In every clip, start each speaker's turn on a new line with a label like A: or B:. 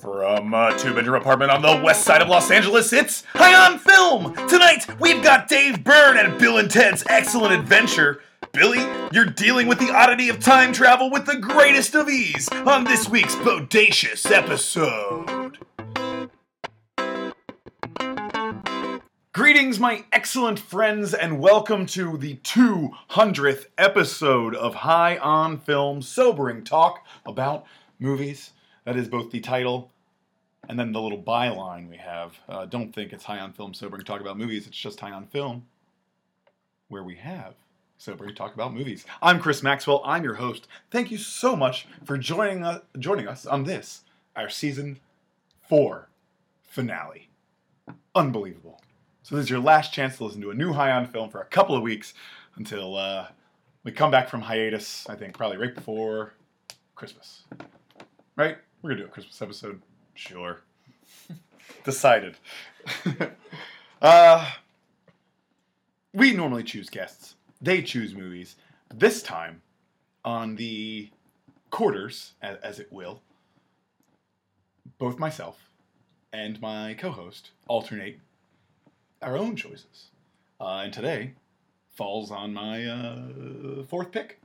A: From a two bedroom apartment on the west side of Los Angeles, it's High on Film! Tonight, we've got Dave Byrne and Bill and Ted's excellent adventure. Billy, you're dealing with the oddity of time travel with the greatest of ease on this week's bodacious episode. Greetings, my excellent friends, and welcome to the 200th episode of High on Film Sobering Talk about movies. That is both the title and then the little byline we have. Uh, don't think it's High on Film Sobering Talk about movies, it's just High on Film, where we have Sobering Talk about movies. I'm Chris Maxwell, I'm your host. Thank you so much for joining us, joining us on this, our season four finale. Unbelievable. So this is your last chance to listen to a new High on film for a couple of weeks until uh, we come back from hiatus. I think probably right before Christmas, right? We're gonna do a Christmas episode, sure. Decided. uh, we normally choose guests; they choose movies. This time, on the quarters, as, as it will, both myself and my co-host alternate our own choices. Uh, and today falls on my uh, fourth pick.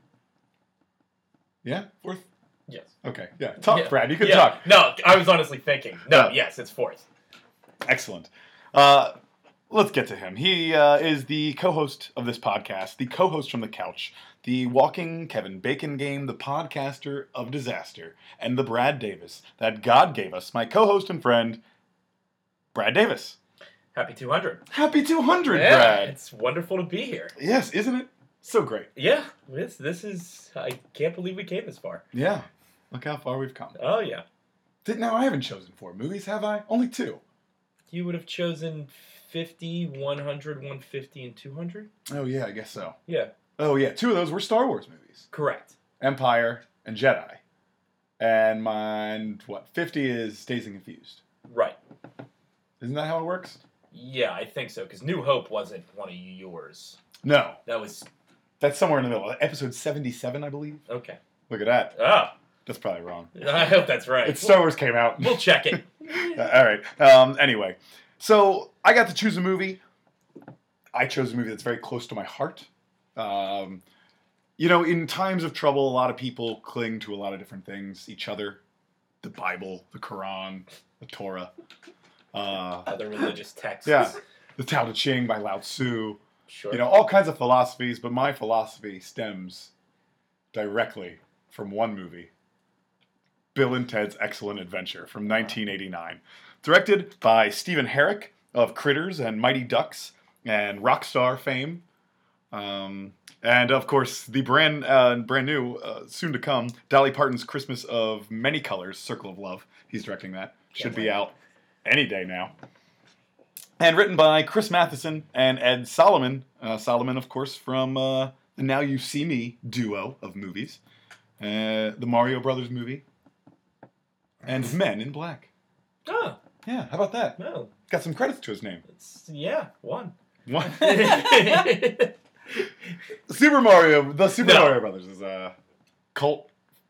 A: Yeah, fourth.
B: Yes.
A: Okay, yeah. Talk,
B: Yeah.
A: Brad. You can
B: Yeah.
A: talk.
B: No, I was honestly thinking. No,
A: Yeah.
B: yes, it's fourth.
A: Excellent. Uh, let's get to him. He uh, is the co-host of this podcast, the co-host from the couch, the walking Kevin Bacon game, the podcaster of disaster, and the Brad Davis that God gave us. My co-host and friend, Brad Davis.
B: Happy 200.
A: Happy 200,
B: Yeah,
A: Brad.
B: It's wonderful to be here.
A: Yes, isn't it so great?
B: Yeah, this this is. I can't believe we came this far.
A: Yeah. Look how far we've come.
B: Oh yeah,
A: Did, now I haven't chosen four movies, have I? Only two.
B: you would have chosen 50, 100, 150, and 200.
A: Oh yeah, I guess so.
B: Yeah,
A: Oh yeah, two of those were Star Wars movies:
B: correct.
A: Empire and Jedi. And mine, what fifty is Dazed and Confused.
B: Right.
A: Isn't that how it works?
B: Yeah, I think so. Because New Hope wasn't one of yours.
A: No,
B: That was
A: that's somewhere in the middle. Episode seventy-seven, I believe.
B: okay.
A: Look at that.
B: Oh,
A: That's probably wrong.
B: I hope that's right.
A: It's Star Wars came out.
B: We'll check it.
A: Uh, all right. Um, anyway, so I got to choose a movie. I chose a movie that's very close to my heart. Um, you know, in times of trouble, a lot of people cling to a lot of different things: each other, the Bible, the Quran, the Torah, uh,
B: Other religious texts.
A: Yeah. the Tao Te Ching by Lao Tzu.
B: Sure.
A: You know, all kinds of philosophies, but my philosophy stems directly from one movie Bill and Ted's Excellent Adventure from 1989. Directed by Stephen Herrick of Critters and Mighty Ducks and Rockstar fame. Um, and of course, the brand uh, brand new, uh, soon to come, Dolly Parton's Christmas of Many Colors, Circle of Love. He's directing that. Should be
B: wait.
A: out any day now and written by Chris Matheson and Ed Solomon. Uh, Solomon, of course, from uh, the Now You See Me duo of movies, uh, the Mario Brothers movie, and Men in Black.
B: Oh
A: Yeah, how about that?
B: no,
A: Got some credits to his name.
B: it's yeah one.
A: One-
B: yeah,
A: Super Mario, the Super
B: No.
A: Mario Brothers is a cult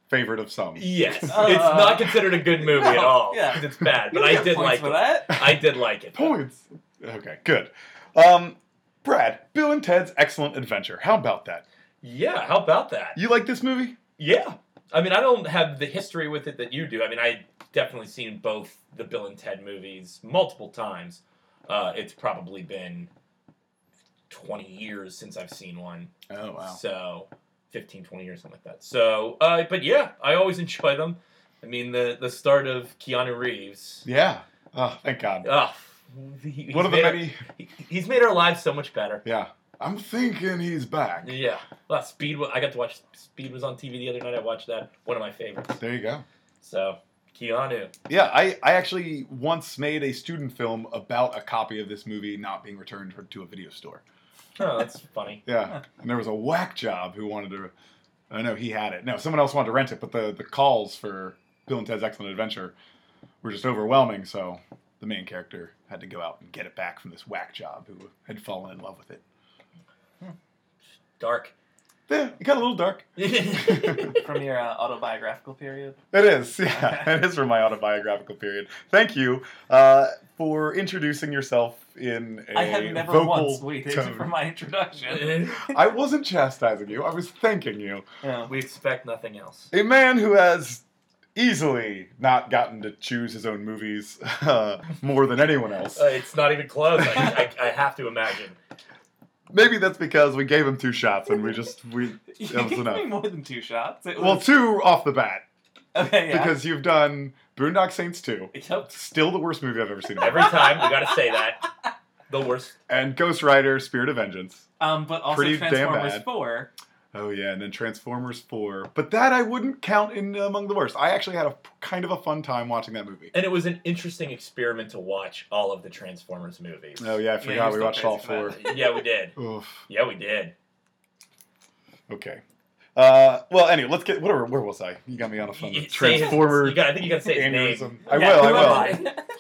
A: favorite of some.
B: Yes, it's
C: Uh,
B: not considered a good movie at
C: no,
B: all.
C: yeah.
B: 'cause It's bad, but
C: You
B: I
C: get
B: did
C: points
B: like
C: for
B: it.
C: that.
B: I did like it.
A: Points. Okay, good. Um, Brad, Bill and Ted's Excellent Adventure. How about that?
B: Yeah, how about that?
A: You like this movie?
B: Yeah. I mean, I don't have the history with it that you do. I mean, I definitely seen both the Bill and Ted movies multiple times. Uh, it's probably been 20 years since I've seen one.
A: Oh
B: So 15, 20 years, something like that. So, uh, but yeah, I always enjoy them. I mean, the, the start of Keanu Reeves.
A: Yeah. Oh, thank God.
B: Ugh. he- he's
A: One of the
B: made our-
A: many.
B: he- he's made our lives so much better.
A: Yeah. I'm thinking he's back.
B: Yeah. Well, Speed. wa- I got to watch Speed was on TV the other night. I watched that. One of my favorites.
A: There you go.
B: So Keanu.
A: Yeah, I, I actually once made a student film about a copy of this movie not being returned to a video store.
B: Oh, that's funny.
A: Yeah. And there was a whack job who wanted to. I know he had it. No, someone else wanted to rent it, but the, the calls for Bill and Ted's Excellent Adventure were just overwhelming, so the main character had to go out and get it back from this whack job who had fallen in love with it.
B: Dark.
A: Yeah, it got a little dark.
C: From your uh, autobiographical period.
A: It is, yeah, it is from my autobiographical period. Thank you uh, for introducing yourself in a
C: I have never
A: vocal
C: once waited
A: tone. Eh.
C: for my introduction.
A: I wasn't chastising you. I was thanking you.
C: yeah.
B: we expect nothing else.
A: A man who has easily not gotten to choose his own movies uh, more than anyone else.
B: Uh, it's not even close. I, I, I have to imagine.
A: Maybe that's because we gave him two shots and we just we
C: You
A: That was
C: gave
A: enough.
C: me more than two shots. It
A: well
C: was,
A: two off the bat
C: okay, yeah.
A: because you've done Boondock Saints two,
C: Yep.
A: still the worst movie I've ever seen, in my life,
B: Every time we gotta say that. The worst.
A: and Ghost Rider Spirit of Vengeance.
C: Um, but also
A: Pretty damn
C: Transformers
A: bad.
C: 4.
A: Oh yeah, and then Transformers Four, but that I wouldn't count in uh, among the worst. I actually had a kind of a fun time watching that movie.
B: And it was an interesting experiment to watch all of the Transformers movies.
A: Oh yeah, I
C: Yeah,
A: forgot
C: you're
A: we
C: still
A: watched all
C: crazy for
A: four.
C: that.
B: Yeah, we did.
A: Oof.
B: Yeah, we did.
A: Okay. Uh, well, anyway, let's get. What are, where was I? You got me on a fun
B: You- say his-
A: Transformer
B: you got- I think you gotta say his name.
A: aneurysm. I
C: Yeah,
A: will.
C: who
A: I will.
C: am I?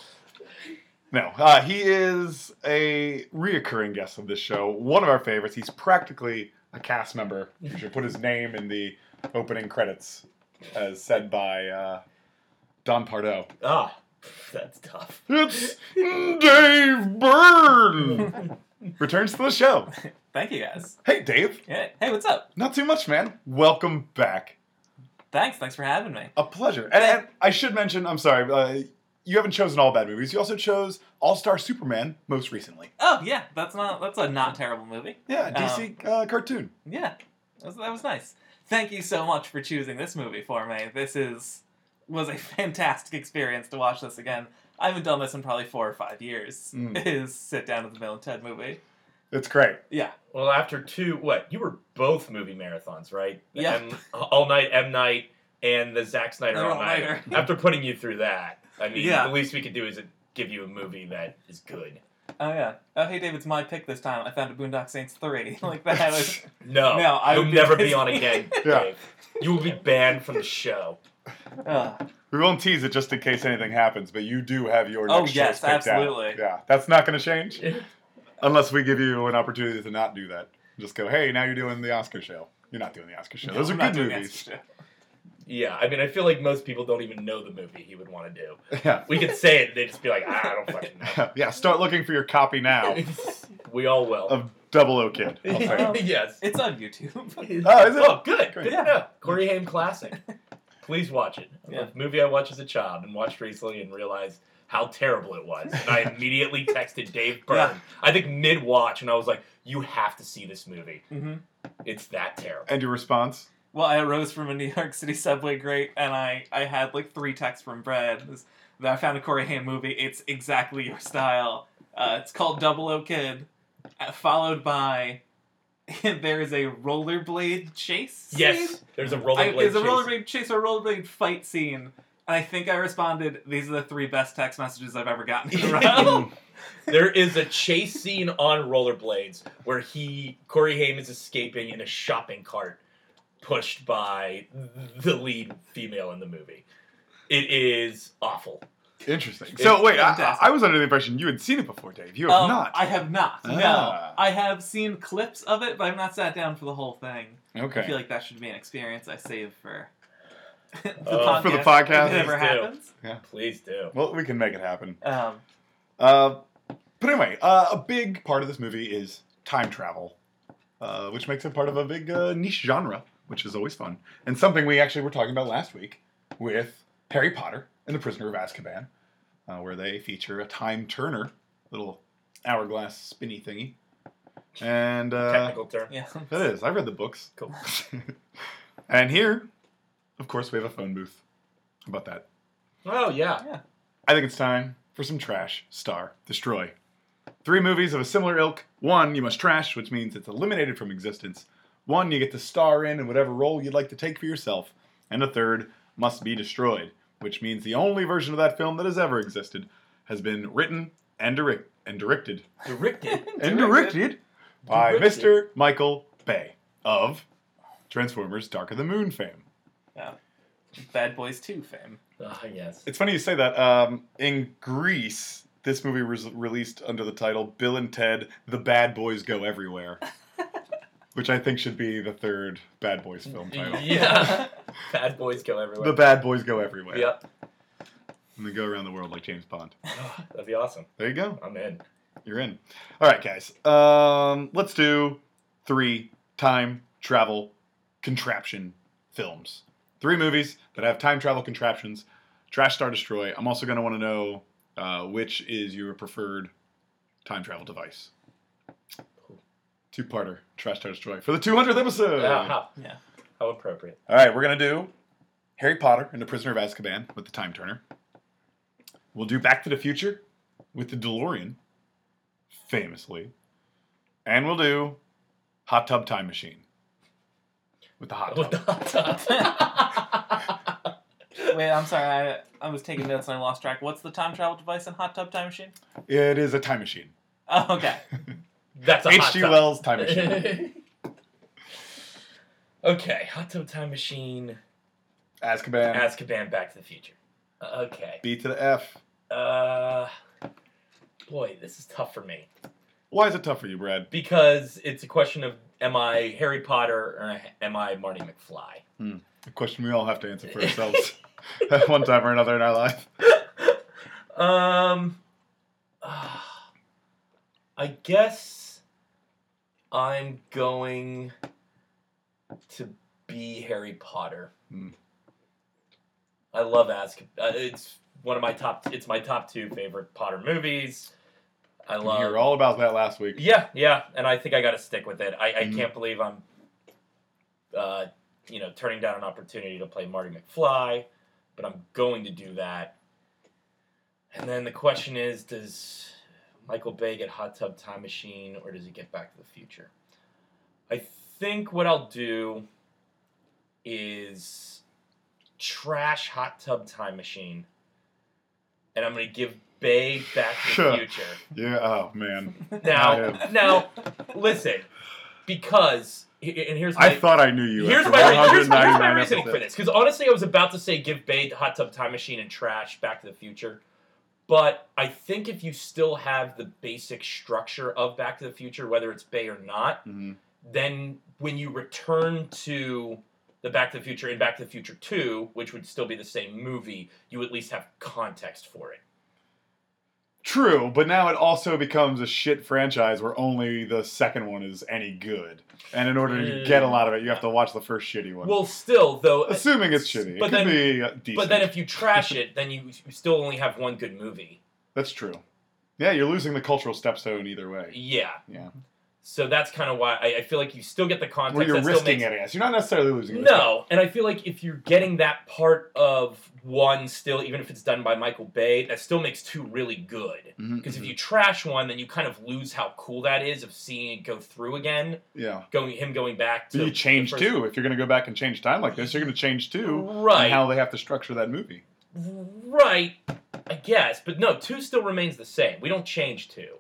A: No, uh, he is a reoccurring guest of this show. One of our favorites. He's practically a cast member. You should put his name in the opening credits, as said by uh, Don Pardo.
B: Ah, that's tough.
A: It's Dave Byrne returns to the show.
C: Thank you guys.
A: Hey, Dave.
C: Yeah. Hey, what's up?
A: Not too much, man. Welcome back.
C: Thanks. Thanks for having me.
A: A pleasure. And, and I should mention, I'm sorry, uh, you haven't chosen all bad movies. You also chose All Star Superman most recently.
C: Oh yeah, that's not that's a not terrible movie.
A: Yeah,
C: Oh.
A: DC uh, cartoon.
C: Yeah, that was, that was nice. Thank you so much for choosing this movie for me. This is was a fantastic experience to watch this again. I haven't done this in probably four or five years.
A: Mm.
C: Is sit down with the Bill and Ted movie.
A: It's great.
C: Yeah,
B: Well, after two, what? You were both movie marathons, right? The
C: Yeah.
B: M, all night, M night, and the Zack Snyder
C: They're
B: all
C: all
B: night.
C: nighter.
B: After putting you through that, I mean,
C: Yeah.
B: the least we could do is give you a movie that is good.
C: Oh yeah. Oh hey, Dave, it's my pick this time. I found a Boondock Saints three. like that was.
B: No,
C: No, I
B: you'll
C: would be
B: never be
C: busy.
B: on again.
A: Yeah.
B: Dave. you will be banned from the show.
C: Uh,
A: We won't tease it just in case anything happens, but you do have your
C: Oh,
A: next
C: yes,
A: choice picked out.
C: absolutely.
A: Yeah, that's not going to change unless we give you an opportunity to not do that. Just go, hey, now you're doing the Oscar show. You're not doing the Oscar show. Those
C: I'm
A: are
C: not
A: good
C: doing
A: movies.
C: extra.
B: Yeah, I mean, I feel like most people don't even know the movie he would want to do.
A: Yeah.
B: We could say it, and they'd just be like, "Ah, I don't fucking know.
A: yeah, start looking for your copy now
B: we all will.
A: of Double O Kid. I'll say it.
B: yes.
C: It's on YouTube.
A: Oh, is it?
B: Oh, good.
A: Great.
B: Good to know. Corey Haim classic. Please watch it.
C: Yeah.
B: A movie I watched as a child and watched recently and realized how terrible it was. And I immediately texted Dave Byrne.
C: Yeah.
B: I think mid watch, and I was like, "You have to see this movie.
C: hmm
B: It's that terrible."
A: And your response?
C: Well, I arose from a New York City subway grate, and I, I had like three texts from Brad. This- That I found a Corey Haim movie. It's exactly your style. Uh, it's called Double O Kid, uh, followed by there is a rollerblade chase.
B: Yes, there's a rollerblade.
C: There's a
B: chase.
C: rollerblade chase or rollerblade fight scene. And I think I responded, "These are the three best text messages I've ever gotten in a row."
B: There is a chase scene on rollerblades where he Corey Haim is escaping in a shopping cart pushed by the lead female in the movie. It is awful.
A: Interesting. So, wait, I,
C: fantastic.
A: I was under the impression you had seen it before, Dave. You have
C: Um,
A: not.
C: I have not.
A: Ah.
C: No, I have seen clips of it, but I've not sat down for the whole thing. I feel
A: okay.
C: like that should be an experience I save for the
B: Oh.
C: podcast.
A: Uh, For the podcast.
C: If it ever
B: Please do.
C: happens.
B: Please do.
A: Well, we can make it happen.
C: Um,
A: Uh, but anyway, uh, a big part of this movie is time travel, uh, which makes it part of a big uh, niche genre, which is always fun. And something we actually were talking about last week with Harry Potter and the Prisoner of Azkaban, uh, where they feature a time turner, little hourglass spinny thingy. And uh,
B: Technical term.
C: yeah.
A: it is. I read the books.
B: Cool.
A: and here, of course, we have a phone booth. How about that?
B: Oh yeah.
A: I think it's time for some trash. Star, destroy. Three movies of a similar ilk. One you must trash, which means it's eliminated from existence. One you get to star in in whatever role you'd like to take for yourself. And the third must be destroyed, which means the only version of that film that has ever existed has been written and, direct- and directed.
B: Directed.
A: And directed by
B: Directed.
A: Mr. Michael Bay of Transformers Dark of the Moon fame.
C: Bad Boys 2 fame.
B: Ah yes.
A: It's funny you say that. Um, in Greece, this movie was released under the title Bill and Ted: The Bad Boys Go Everywhere, which I think should be the third Bad Boys film
B: Mm-hmm.
A: title.
B: Yeah. Bad boys go everywhere.
A: The Bad Boys go everywhere.
B: Yep. Ah,
A: And they go around the world like James Bond.
B: That'd be awesome.
A: There you go.
B: I'm in.
A: You're in. All right, guys. Um, let's do three time travel contraption films. Three movies that have time travel contraptions. Trash Star Destroy. I'm also going to want to know uh, which is your preferred time travel device. Two parter Trash Star Destroy for the 200th episode.
B: Ah,
C: Yeah.
B: How appropriate.
A: All right, we're gonna do Harry Potter and the Prisoner of Azkaban with the Time Turner. We'll do Back to the Future with the DeLorean, famously, and we'll do Hot Tub Time Machine with the hot
B: With the
A: tub.
B: hot tub.
C: Wait, I'm sorry. I, I was taking notes and I lost track. What's the time travel device in Hot Tub Time Machine?
A: It is a time machine.
C: Oh, okay.
B: That's a hot
A: H.G.
B: tub.
A: Wells' time machine.
B: okay, hot tub time machine.
A: Azkaban.
B: Azkaban, Back to the Future. Uh, Okay.
A: B to the F.
B: Uh, boy, this is tough for me
A: Why is it tough for you, Brad?
B: because it's a question of am I Harry Potter or am I Marty McFly?
A: A question we all have to answer for ourselves at one time or another in our life.
B: Um, ah, I guess I'm going to be Harry Potter.
A: Hmm.
B: I love Azk. Uh, it's one of my top. It's my top two favorite Potter movies. I
A: We
B: love.
A: were all about that last week.
B: Yeah, yeah, and I think I got to stick with it. I, I
A: Mhm.
B: can't believe I'm, uh, you know, turning down an opportunity to play Marty McFly, but I'm going to do that. And then the question is, does Michael Bay get Hot Tub Time Machine or does he get Back to the Future? I think what I'll do is trash Hot Tub Time Machine, and I'm gonna give Bay Back to the Future.
A: Yeah. Oh man.
B: Now, now, listen, because he- and here's my
A: I thought I knew you.
B: here's
A: after
B: my, here's my, here's my
A: 199
B: reasoning for
A: episodes.
B: this. Because honestly, I was about to say give Bay Hot Tub Time Machine and trash Back to the Future, but I think if you still have the basic structure of Back to the Future, whether it's Bay or not,
A: Mhm.
B: then when you return to the Back to the Future and Back to the Future Two, which would still be the same movie, you at least have context for it.
A: True, but now it also becomes a shit franchise where only the second one is any good. And in order to
B: Mm.
A: get a lot of it, you have to watch the first shitty one.
B: Well, still though,
A: Assuming it's shitty,
B: but
A: it could
B: then-
A: be uh, decent.
B: But then if you trash it, then you, you still only have one good movie.
A: that's true. Yeah, you're losing the cultural stepstone either way.
B: Yeah.
A: Yeah.
B: So that's kind of why I, I feel like you still get the context.
A: Where you're
B: that still
A: risking
B: makes-
A: it, I guess. You're not necessarily losing. it.
B: No, and I feel like if you're getting that part of one still, even if it's done by Michael Bay, that still makes two really good.
A: Mhm,
B: Because if
A: mhm.
B: you trash one, then you kind of lose how cool that is of seeing it go through again.
A: yeah,
B: Going him going back to
A: but you
B: the
A: change
B: first-
A: too. If you're going to go back and change time like this, you're going to change too.
B: Right.
A: And how they have to structure that movie.
B: right. I guess, but no, two still remains the same. We don't change two.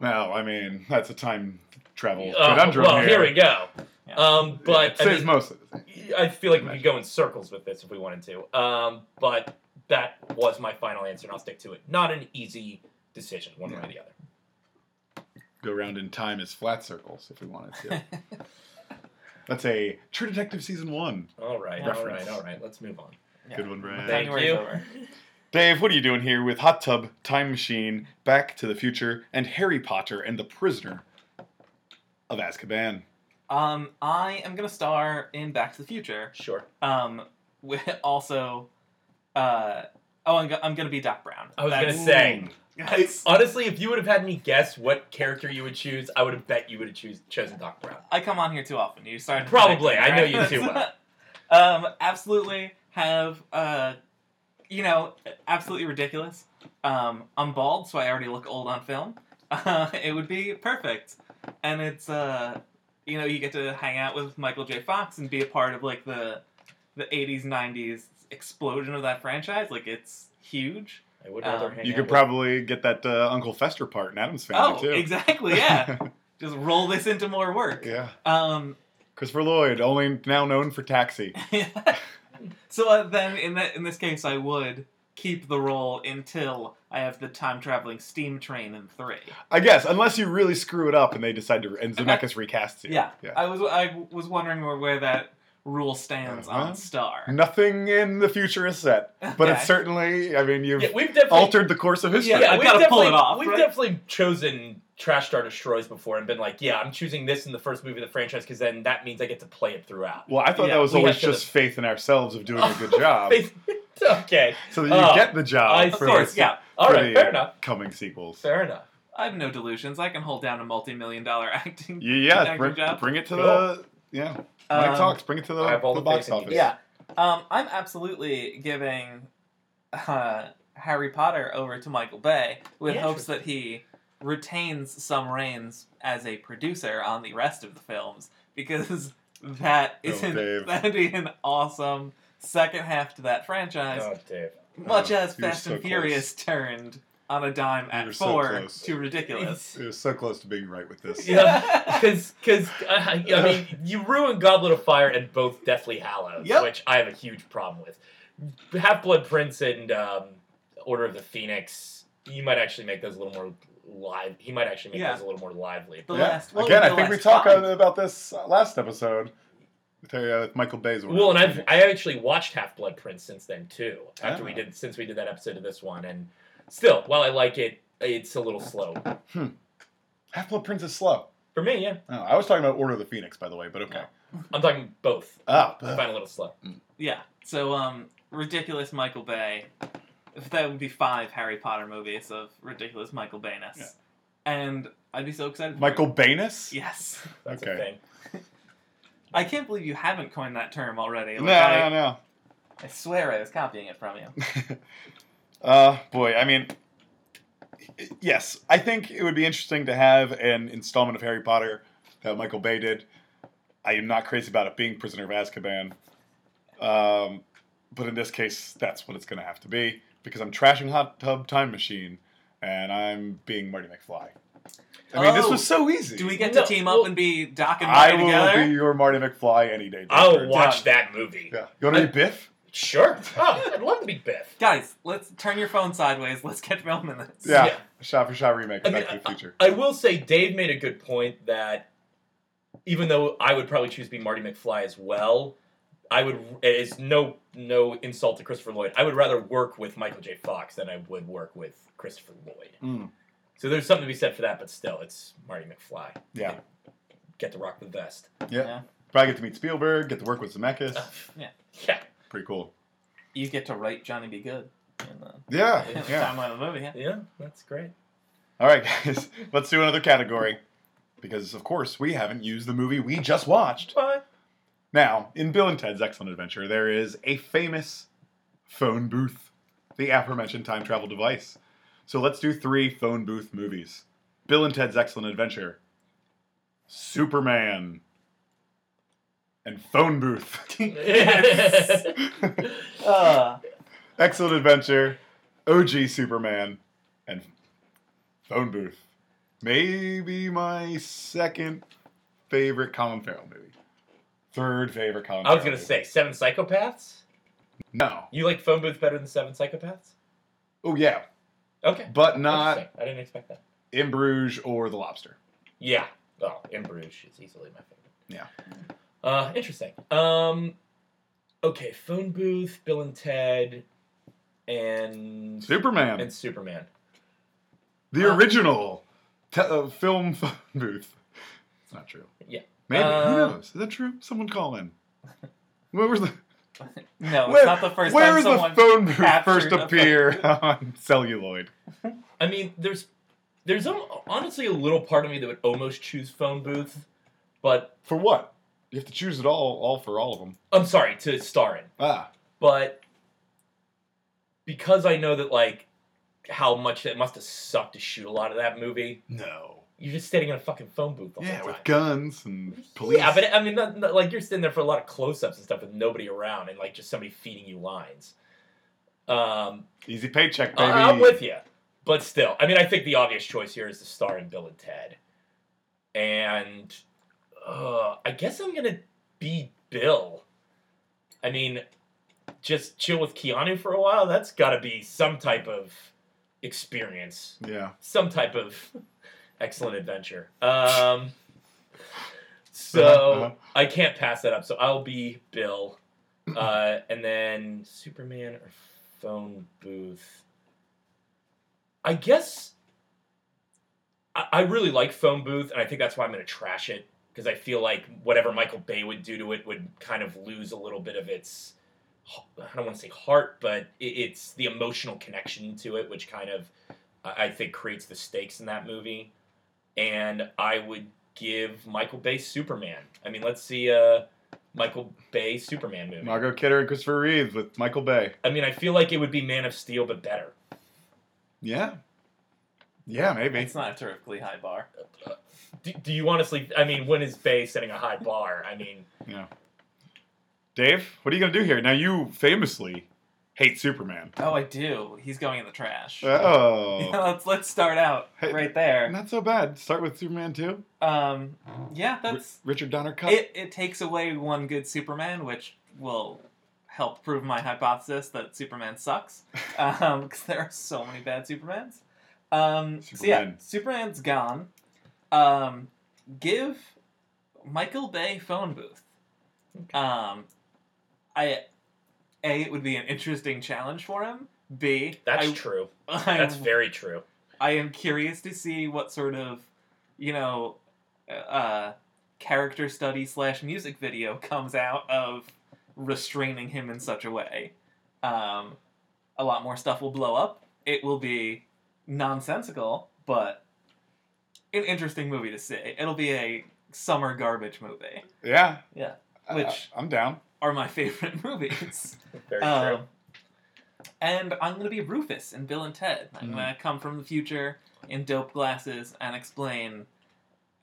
A: Well, I mean, that's a time travel
B: Uh,
A: conundrum
B: well,
A: here.
B: here we go.
C: Yeah.
B: Um, but
A: it
B: I,
A: saves
B: mean,
A: most of it.
B: I feel like we could go in circles with this if we wanted to. Um, but that was my final answer, and I'll stick to it. Not an easy decision, one way or the other.
A: go around in time as flat circles if we wanted to. That's a True Detective season one.
B: All right, all
A: Reference.
B: right, all right. Let's move on.
A: Good one, Brad.
B: Thank
C: January's
B: you.
C: over.
A: Dave, what are you doing here with Hot Tub, Time Machine, Back to the Future, and Harry Potter and the Prisoner of Azkaban?
C: Um, I am gonna star in Back to the Future.
B: Sure.
C: Um, with also, uh, oh, I'm, go- I'm gonna be Doc Brown.
B: I was
C: That's-
B: gonna say.
C: That's-
B: Honestly, if you would have had me guess what character you would choose, I would have bet you would have choose, chosen Doc Brown.
C: I come on here too often. You started to
B: Probably.
C: predict me,
B: I know you too well.
C: um, absolutely have uh, you know, absolutely ridiculous. Um, I'm bald, so I already look old on film. Uh, it would be perfect, and it's uh, you know, you get to hang out with Michael J. Fox and be a part of like the the '80s '90s explosion of that franchise. Like it's huge.
B: I would
C: Um,
B: rather hang
A: You
B: out
A: could
B: with-
A: probably get that uh, Uncle Fester part in Adam's Family
C: oh,
A: too.
C: exactly. Yeah, just roll this into more work.
A: Yeah,
C: Um,
A: Christopher Lloyd, only now known for Taxi.
C: so uh, then, in that in this case, I would keep the role until I have the time traveling steam train in three.
A: I guess unless you really screw it up and they decide to and Zemeckis recasts you.
C: Yeah.
A: yeah.
C: I was I was wondering where, where that rule stands
A: Uh-huh.
C: on Star.
A: Nothing in the future is set, but it's
C: Okay.
A: certainly. I mean, you've
B: Yeah, we've definitely
A: altered the course of history.
C: Yeah, I've
B: we've
C: gotta pull it
B: definitely-
C: off,
B: We've
C: right?
B: definitely chosen Trash Star Destroys before and been like, yeah, I'm choosing this in the first movie of the franchise because then that means I get to play it throughout.
A: Well, I thought
C: Yeah,
A: that was
B: we
A: always
B: have to-
A: just faith in ourselves of doing a good job,
B: okay.
A: so that you
B: Oh,
A: get the job
B: I-
C: Of
A: for
C: course,
A: the
C: yeah.
B: All right.
A: Pretty-
B: Fair enough.
A: coming sequels.
B: Fair enough.
C: I have no delusions. I can hold down a multi-million dollar acting.
A: Yeah,
C: Acting
A: bring,
C: job.
A: bring it to
B: Cool.
A: the yeah. When it
C: Um,
A: talks, bring it to the,
B: I have all
A: the
B: the
A: box
B: faith in you.
A: office.
C: Yeah. Um, I'm absolutely giving uh, Harry Potter over to Michael Bay with
B: Yeah,
C: hopes that he retains some reins as a producer on the rest of the films because that
A: Oh,
C: is an,
A: Dave.
C: that'd be an awesome second half to that franchise.
B: Oh, Dave.
C: much
A: Oh,
C: as
A: you were
C: Fast
A: so
C: and Furious turned on a dime
A: You
C: at
A: were so
C: four
A: close.
C: to ridiculous.
A: It was so close to being right with this.
B: Yeah, because because I I mean you ruined Goblet of Fire and both Deathly Hallows,
C: Yep.
B: which I have a huge problem with. Half Blood Prince and um, Order of the Phoenix, you might actually make those a little more live. He might actually make
C: Yeah.
B: those a little more lively.
C: The
A: Yeah.
C: last what
A: Again,
C: was
A: I
C: the
A: think we
C: last
A: talked
C: five?
A: about this uh, last episode with, uh, with Michael Bay's one.
B: Well, and I've I actually watched Half Blood Prince since then too. After we
A: Ah.
B: did since we did that episode of this one, and still, while I like it, it's a little slow
A: Half Blood Prince is slow.
B: for me. Yeah,
A: Oh, I was talking about Order of the Phoenix, by the way, but okay.
B: I'm talking both.
A: Ah,
B: I find it a little slow.
C: Yeah. So um ridiculous Michael Bay. That would be five Harry Potter movies of ridiculous Michael Bayness.
A: Yeah.
C: And I'd be so excited. for
A: Michael
C: it.
A: Bayness?
C: Yes.
B: That's a
A: Okay.
B: thing.
C: I can't believe you haven't coined that term already.
A: No,
C: Like,
A: no,
C: I,
A: no.
C: I swear I was copying it from you.
A: Uh, boy, I mean, yes, I think it would be interesting to have an installment of Harry Potter that Michael Bay did. I am not crazy about it being Prisoner of Azkaban, um, but in this case, that's what it's going to have to be because I'm trashing Hot Tub Time Machine and I'm being Marty McFly. I mean, this
C: Oh.
A: was so easy.
C: Do we get
B: No,
C: to team up
B: well-
C: and be Doc and
A: I
C: Marty
A: will
C: together?
A: be your Marty McFly any day.
B: I'll
A: Doctor.
B: watch that movie.
A: Yeah. You want to be Biff?
B: Sure. Oh, I'd love to be Biff.
C: Guys, let's turn your phone sideways. Let's get filming this.
A: Yeah.
B: Yeah.
A: Shot for shot remake of
B: I mean,
A: Back to the Future.
B: I will say Dave made a good point that even though I would probably choose to be Marty McFly as well, I would it is no no insult to Christopher Lloyd. I would rather work with Michael J. Fox than I would work with Christopher Lloyd.
A: Mm.
B: So there's something to be said for that, but still, it's Marty McFly.
A: Yeah.
B: Get to rock the vest.
A: Yeah.
C: Yeah.
A: Probably get to meet Spielberg, get to work with Zemeckis.
B: Yeah.
A: Pretty cool.
C: You get to write Johnny Be Good in the,
A: Yeah,
C: in the
A: yeah.
C: timeline of the movie. Yeah.
B: Yeah, that's great.
A: All right, guys, let's do another category because, of course, we haven't used the movie we just watched.
B: Fine.
A: Now, in Bill and Ted's Excellent Adventure, there is a famous phone booth, the aforementioned time travel device. So let's do three phone booth movies Bill and Ted's Excellent Adventure, Superman, and Phone Booth.
C: Yes. Uh,
A: Excellent Adventure, OG Superman, and Phone Booth. Maybe my second favorite Colin Farrell movie. Third favorite Colin
B: I was
A: Farrell
B: gonna
A: movie.
B: say Seven Psychopaths.
A: No.
B: You like Phone Booth better than Seven Psychopaths?
A: Oh, yeah.
B: Okay.
A: But not
B: Interesting. I didn't expect that.
A: In Bruges or The Lobster.
B: Yeah. Oh, in Bruges is easily my favorite.
A: Yeah.
B: Uh, interesting. Um, okay, phone booth, Bill and Ted, and
A: Superman.
B: and Superman.
A: The
C: Uh,
A: original te- uh, film phone booth. It's not true.
B: Yeah.
A: Maybe.
B: Uh,
A: Who knows? Is that true? Someone call in. Where was the,
C: No, it's
A: where-
C: not the first
A: where
C: time
A: is
C: someone.
A: the phone booth
C: captured
A: first
C: a phone
A: appear
C: booth.
A: on celluloid?
B: I mean, there's there's al- honestly a little part of me that would almost choose phone booth, but
A: For what? You have to choose it all, all for all of them.
B: I'm sorry to star in.
A: Ah,
B: but because I know that like how much that must have sucked to shoot a lot of that movie,
A: no.
B: you're just sitting in a fucking phone booth the
A: Yeah,
B: whole time.
A: with guns and police.
B: Yeah, but I mean, not, not- like you're sitting there for a lot of close-ups and stuff with nobody around, and like just somebody feeding you lines. Um,
A: Easy paycheck,
B: I-
A: baby.
B: I'm with you, but still, I mean, I think the obvious choice here is the star in Bill and Ted, and uh, I guess I'm gonna be Bill. I mean, just chill with Keanu for a while, that's got to be some type of experience,
A: Yeah.
B: some type of excellent adventure. Um, so
A: Uh-huh.
B: I can't pass that up. So I'll be Bill, uh, and then Superman or phone booth. I guess I, I really like phone booth, and I think that's why I'm going to trash it because I feel like whatever Michael Bay would do to it would kind of lose a little bit of its. I don't want to say heart, but it, it's the emotional connection to it, which kind of I I think creates the stakes in that movie. And I would give Michael Bay Superman. I mean, let's see a Michael Bay Superman movie.
A: Margot Kidder and Christopher Reeve with Michael Bay.
B: I mean, I feel like it would be Man of Steel, but better.
A: Yeah. Yeah, maybe.
C: It's not a terrifically high bar.
B: Do, do you honestly? I mean, when is Bay setting a high bar? I mean,
A: Dave, what are you gonna do here? Now you famously hate Superman.
C: Oh, I do. He's going in the trash.
A: Oh.
C: let's let's start out
A: Hey,
C: right there.
A: Not so bad. Start with Superman 2.
C: Um, yeah, that's
A: Richard Donner cut.
C: it. It takes away one good Superman, which will help prove my hypothesis that Superman sucks, because there are so many bad Supermans. Um, So yeah,
A: Superman.
C: Superman's gone. Um, give Michael Bay phone booth. Um, I a it would be an interesting challenge for him. B
B: that's
C: I-
B: true.
C: I
B: That's very true.
C: I am curious to see what sort of, you know, uh, character study slash music video comes out of restraining him in such a way. Um, a lot more stuff will blow up. It will be nonsensical, but an interesting movie to see. It'll be a summer garbage movie,
A: Yeah.
C: Yeah.
A: I-
C: Which-
A: I, am down.
C: are my favorite movies.
B: Very true.
C: Um, and I'm going to be Rufus in Bill and Ted. I'm
B: Hmm.
A: Mhm.
C: going to come from the future in dope glasses and explain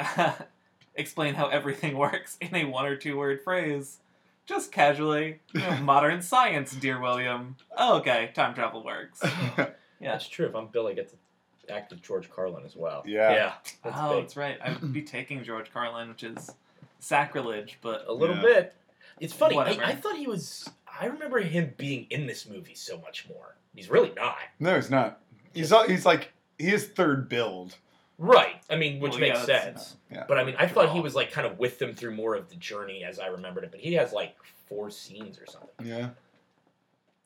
C: explain how everything works in a one or two word phrase, just casually. You know, modern science, dear William. Oh, okay, time travel works. Yeah.
B: That's true. If I'm Bill, I get to act as George Carlin as well.
A: Yeah.
B: Yeah. That's
C: oh,
B: big.
C: that's right. I would be taking George Carlin, which is sacrilege, but
B: A little
A: Yeah.
B: bit. It's funny. I,
C: Whatever.
B: I thought he was. I remember him being in this movie so much more. He's really not.
A: no, he's not. He's all, he's like he is third build.
B: Right. I mean, which
C: Well, yeah,
B: makes
C: that's-
B: sense.
A: Yeah.
B: But I mean, I thought he was like kind of with them through more of the journey as I remembered it. But he has like four scenes or something.
A: Yeah.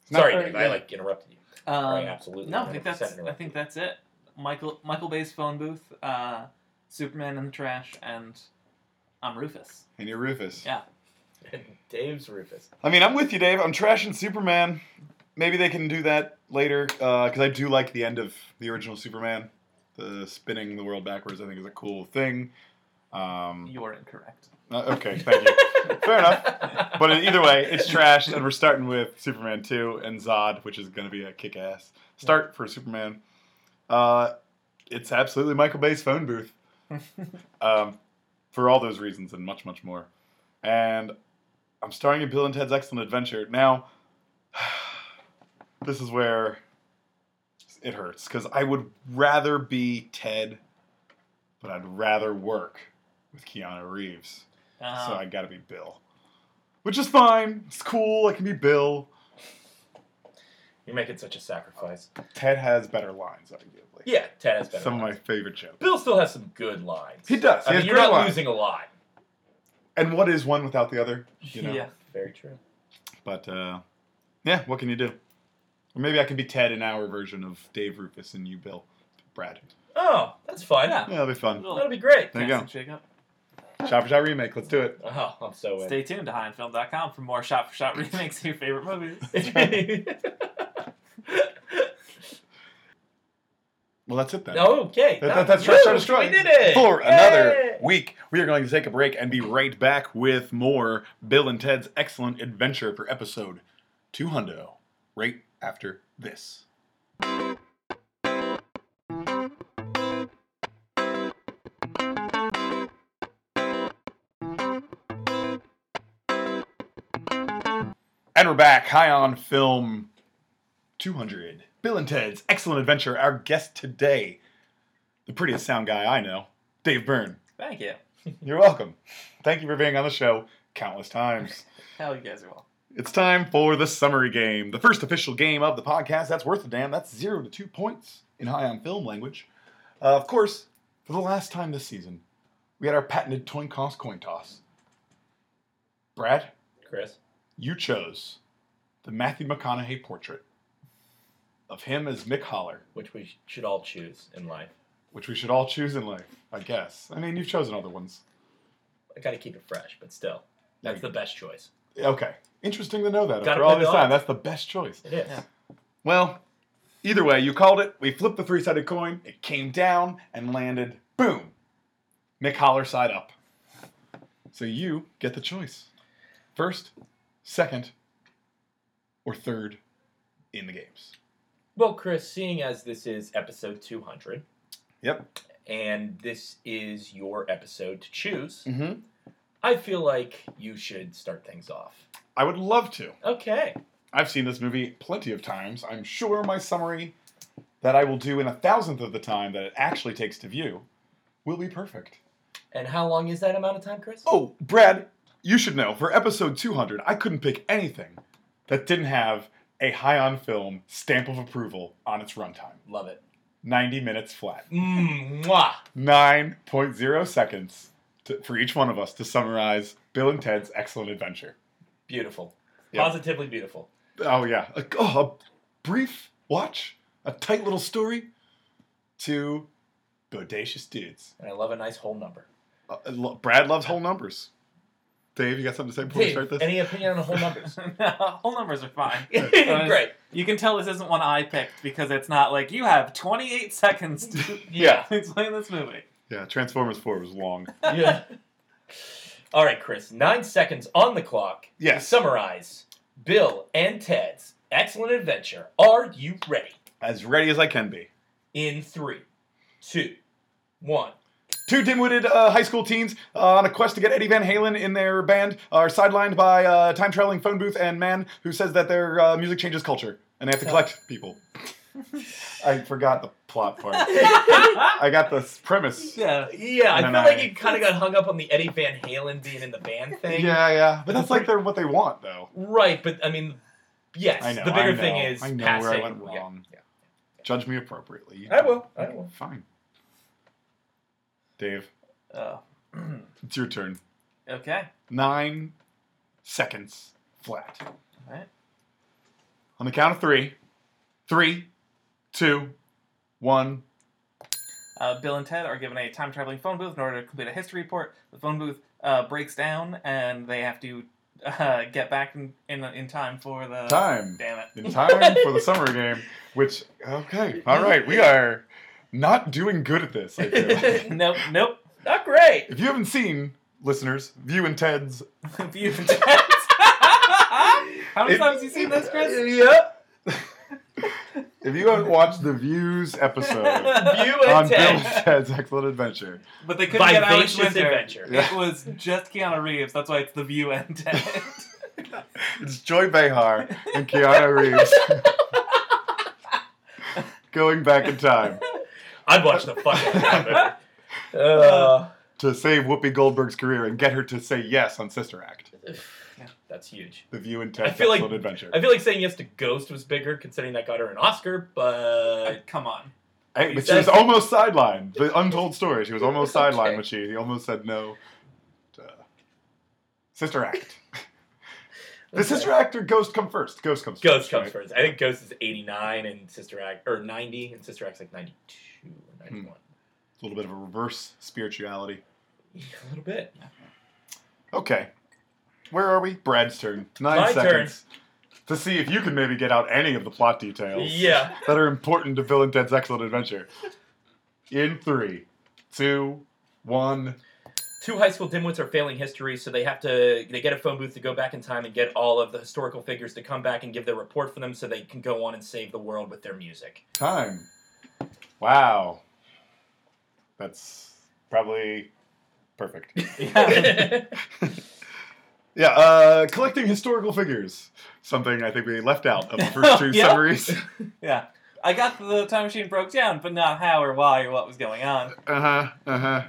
A: He's not
B: Sorry,
A: very
B: Dave. I
A: good.
B: like interrupted you.
C: um,
B: Right, absolutely.
C: No, I
B: 100%
C: think that's I
B: interrupted
C: think
B: you.
C: that's it. Michael Michael Bay's phone booth, uh, Superman in the trash, and I'm Rufus.
A: and you're Rufus.
C: Yeah.
B: Dave's Rufus.
A: I mean, I'm with you, Dave. I'm trashing Superman. Maybe they can do that later because I do like the end of the original Superman. The spinning the world backwards, I think, is a cool thing. Um,
C: You're incorrect.
A: uh, okay, thank you. Fair enough. But either way, it's trashed, and we're starting with Superman 2 and Zod, which is going to be a kick ass start for Superman. Uh, it's absolutely Michael Bay's phone booth um, for all those reasons and much, much more. And I'm starting at Bill and Ted's Excellent Adventure. Now, this is where it hurts because I would rather be Ted, but I'd rather work with Keanu Reeves.
C: Um,
A: So I gotta be Bill. Which is fine. It's cool. I can be Bill.
B: You're making such a sacrifice.
A: Ted has better lines, arguably.
B: Yeah, Ted has better.
A: Some of my
B: lines.
A: favorite jokes.
B: Bill still has some good lines.
A: He does. He
B: I
A: has
B: mean, you're
A: great
B: not
A: lines.
B: losing a lot.
A: And what is one without the other? You know.
C: Yeah.
B: Very true.
A: But uh, yeah, what can you do? Or maybe I can be Ted in our version of Dave Rufus and you, Bill, Brad.
B: Oh, that's fun.
C: Yeah.
A: Yeah, that'll be fun.
C: Little
B: That'll be great.
A: There you go.
C: casting shake-up.
A: Shop for shop remake. Let's do it.
B: Oh, I'm so in.
C: Stay tuned to highandfilm.com for more shot for shot remakes of your favorite movies.
A: Well, that's it then.
B: okay.
A: That,
B: now-
A: that, that's Trash Star
B: Woo,
A: Destroy.
B: We did it
A: For another
B: Yay!
A: week, we are going to take a break and be right back with more Bill and Ted's Excellent Adventure for episode 200 right after this. And we're back, high on film 200. Bill and Ted's Excellent Adventure. Our guest today the prettiest sound guy I know, Dave Byrne.
C: Thank you.
A: You're welcome. Thank you for being on the show countless times.
C: Hell, you guys are well.
A: It's time for the summary game, the first official game of the podcast. That's worth a damn. That's zero to two points in high on film language. Uh, of course, for the last time this season, we had our patented coin cost coin toss. Brad,
B: Chris.
A: you chose the Matthew McConaughey portrait of him as Mick Holler,
B: Which we should all choose in life.
A: which we should all choose in life, I guess. I mean, you've chosen other ones.
B: I gotta keep it fresh, but still, that's the best choice.
A: Okay. Interesting to know that.
B: Gotta
A: After all
B: put it
A: this time,
B: on.
A: that's the best choice.
B: It is.
C: Yeah.
A: Well, either way, you called it. We flipped the three sided coin. It came down and landed, boom, Mick Holler side up. So you get the choice first, second, or third in the games.
B: Well, Chris, seeing as this is episode 200,
A: Yep.
B: and this is your episode to choose,
A: Mm-hmm.
B: I feel like you should start things off.
A: I would love to.
B: Okay.
A: I've seen this movie plenty of times. I'm sure my summary that I will do in a thousandth of the time that it actually takes to view will be perfect.
B: And how long is that amount of time, Chris?
A: Oh, Brad, you should know for episode 200, I couldn't pick anything that didn't have a high on film stamp of approval on its runtime.
B: Love it.
A: 90 minutes flat.
B: Mm, mwah.
A: 9.0 seconds to, for each one of us to summarize Bill and Ted's Excellent Adventure.
B: Beautiful.
A: Yep.
B: Positively beautiful.
A: Oh, yeah. A, oh, a brief watch, a tight little story, two bodacious dudes.
B: And I love a nice whole number.
A: Uh, lo- Brad loves whole numbers. Dave, you got something to say before we
B: Dave,
A: start this?
B: any opinion on the whole numbers?
C: Whole numbers are fine.
B: Great.
C: You can tell this isn't one I picked because it's not like you have 28 seconds to
A: Yeah.
C: explain this movie.
A: yeah, Transformers 4 was long.
B: yeah. All right, Chris. Nine seconds on the clock.
A: Yes.
B: Summarize Bill and Ted's excellent adventure. Are you ready?
A: as ready as I can be.
B: In three, two, one.
A: Two dim-witted uh, high school teens uh, on a quest to get Eddie Van Halen in their band are sidelined by a time-traveling phone booth and man who says that their uh, music changes culture and they have to collect people. I forgot the plot part. I got the s- premise. Yeah,
C: yeah.
B: Yeah, I
A: And
B: feel
A: then
B: like
A: I-
B: it kind of got hung up on the Eddie Van Halen being in the band thing.
A: yeah, but that's like they're what they want though.
B: Right, but I mean, yes.
A: I know.
B: the bigger
A: I know.
B: thing is
A: I know
B: passing.
A: where I went
B: Yeah.
A: wrong.
B: yeah.
A: Judge me appropriately. You
B: I will,
A: can-
B: I will.
A: Fine. Dave,
C: Oh.
A: it's your turn.
C: okay.
A: Nine seconds flat.
C: All right.
A: On the count of three, three, two, one.
C: Uh, Bill and Ted are given a time traveling phone booth in order to complete a history report. The phone booth uh, breaks down and they have to uh, get back in, in, in time for the.
A: Time.
C: Damn it.
A: In time for the summer game, which, okay, all right, we are not doing good at this. I feel like.
C: nope, nope.
B: Not great.
A: if you haven't seen, listeners, View and Ted's.
C: View and Ted. How many
A: If-
C: times have you seen this, Chris?
B: Yeah.
A: If you haven't watched the Views episode
B: View
A: on
B: and
A: Bill and
B: Ted.
A: Ted's Excellent Adventure,
C: But they couldn't get Alex
B: Vivacious
C: Winter.
B: adventure.
A: Yeah.
C: It was just Keanu Reeves. That's why it's the View and Ted.
A: it's Joy Behar and Keanu Reeves going back in time
B: I'd watch the fuck out of that movie. Uh,
A: to save Whoopi Goldberg's career and get her to say yes on Sister Act.
B: that's huge.
A: The View and Ted's
B: I feel like-
A: Excellent Adventure.
B: I feel like saying yes to Ghost was bigger, considering that got her an Oscar, but
C: Come on.
A: Hey, but she was
B: Exactly.
A: almost sidelined. The untold story. She was almost
B: Okay.
A: sidelined when she almost said no. To Sister Act. The Sister Act or Ghost come first? Ghost comes first.
B: Ghost comes
A: right?
B: first. I think Ghost is 89 and Sister Act, or 90, and Sister Act's like 92 or 91.
A: A little bit of a reverse spirituality. Hmm.
B: Yeah, A little bit.
A: Okay. Where are we? Brad's turn. Nine
B: My turn.
A: seconds. To see if you can maybe get out any of the plot details
B: Yeah.
A: that are important to Bill and Ted's Excellent Adventure. In three, two, one.
B: Two high school dimwits are failing history, so they have to they get a phone booth to go back in time and get all of the historical figures to come back and give their report for them so they can go on and save the world with their music.
A: Time. Wow. That's probably perfect.
C: Yeah.
A: Yeah, uh, collecting historical figures. Something I think we left out of the first two
C: Yeah.
A: summaries.
C: yeah. I got the time machine broke down, but not how or why or what was going on.
A: Uh huh, uh huh.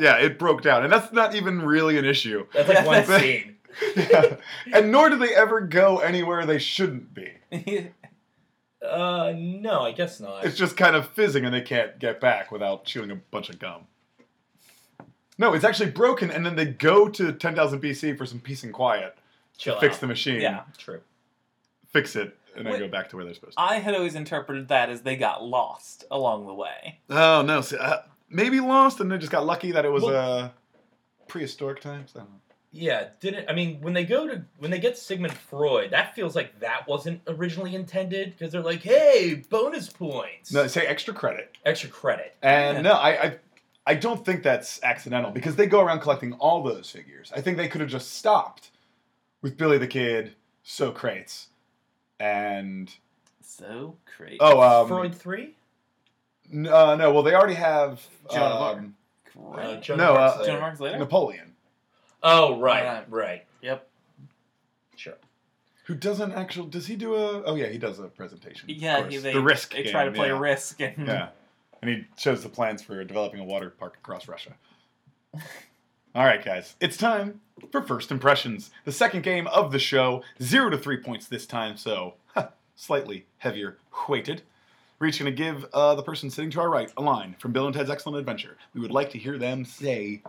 A: Yeah, it broke down. And that's not even really an issue.
B: That's like one
A: That's-
B: scene.
A: Yeah. And nor do they ever go anywhere they shouldn't be.
B: Uh, no, I guess not.
A: It's just kind of fizzing and they can't get back without chewing a bunch of gum. No, it's actually broken, and then they go to 10,000 BC for some peace and quiet,
B: Chill
A: fix
B: out.
A: the machine,
C: Yeah.
B: True.
A: fix it, and then
C: Wait.
A: go back to where they're supposed to.
C: I had always interpreted that as they got lost along the way.
A: Oh, no. See, uh, maybe lost, and they just got lucky that it was
B: Well-
A: uh, prehistoric times. I don't know.
B: Yeah, didn't I mean when they go to when they get Sigmund Freud, that feels like that wasn't originally intended because they're like, hey, bonus points,
A: No, say extra credit.
B: extra credit.
A: And
C: Yeah.
A: no, I, I I don't think that's accidental because they go around collecting all those figures. I think they could have just stopped with Billy the Kid, Socrates, and
C: So crazy.
A: oh um,
B: Freud three.
A: n- uh, no, well they already have
C: Joan of Arc.
A: um,
C: Great.
B: Uh, Joan
A: No,
B: of Arc's
A: uh,
B: later.
C: Joan of Arc's later?
A: Napoleon,
B: Oh right,
C: Right.
B: right.
C: Yep.
B: Sure.
A: who doesn't actually does he do a oh yeah he does a presentation of
C: Yeah,
A: course.
C: he, they,
A: the risk
C: They try to
A: game,
C: play
A: yeah.
C: risk and
A: yeah and he shows the plans for developing a water park across Russia. All right, guys, it's time for first impressions. The second game of the show, zero to three points this time, so ha, slightly heavier weighted. We're each going to give uh, the person sitting to our right a line from Bill and Ted's Excellent Adventure. We would like to hear them say,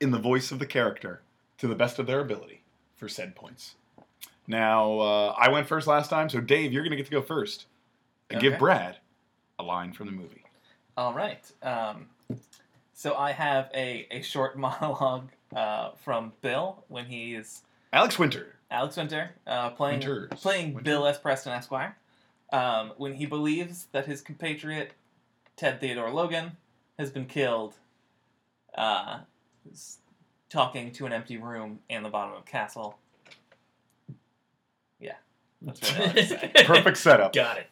A: in the voice of the character, to the best of their ability, for said points. Now, uh, I went first last time, so Dave, you're going to get to go first and give
C: Okay.
A: Brad a line from the movie.
C: All right. Um, so I have a, a short monologue uh, from Bill when he is
A: Alex Winter.
C: Alex Winter uh, playing
A: Winters.
C: playing
A: Winter.
C: Bill S. Preston Esquire um, when he believes that his compatriot Ted Theodore Logan has been killed. Uh, is talking to an empty room in the bottom of a castle. Yeah, that's what I like to say.
A: Perfect setup.
B: Got it.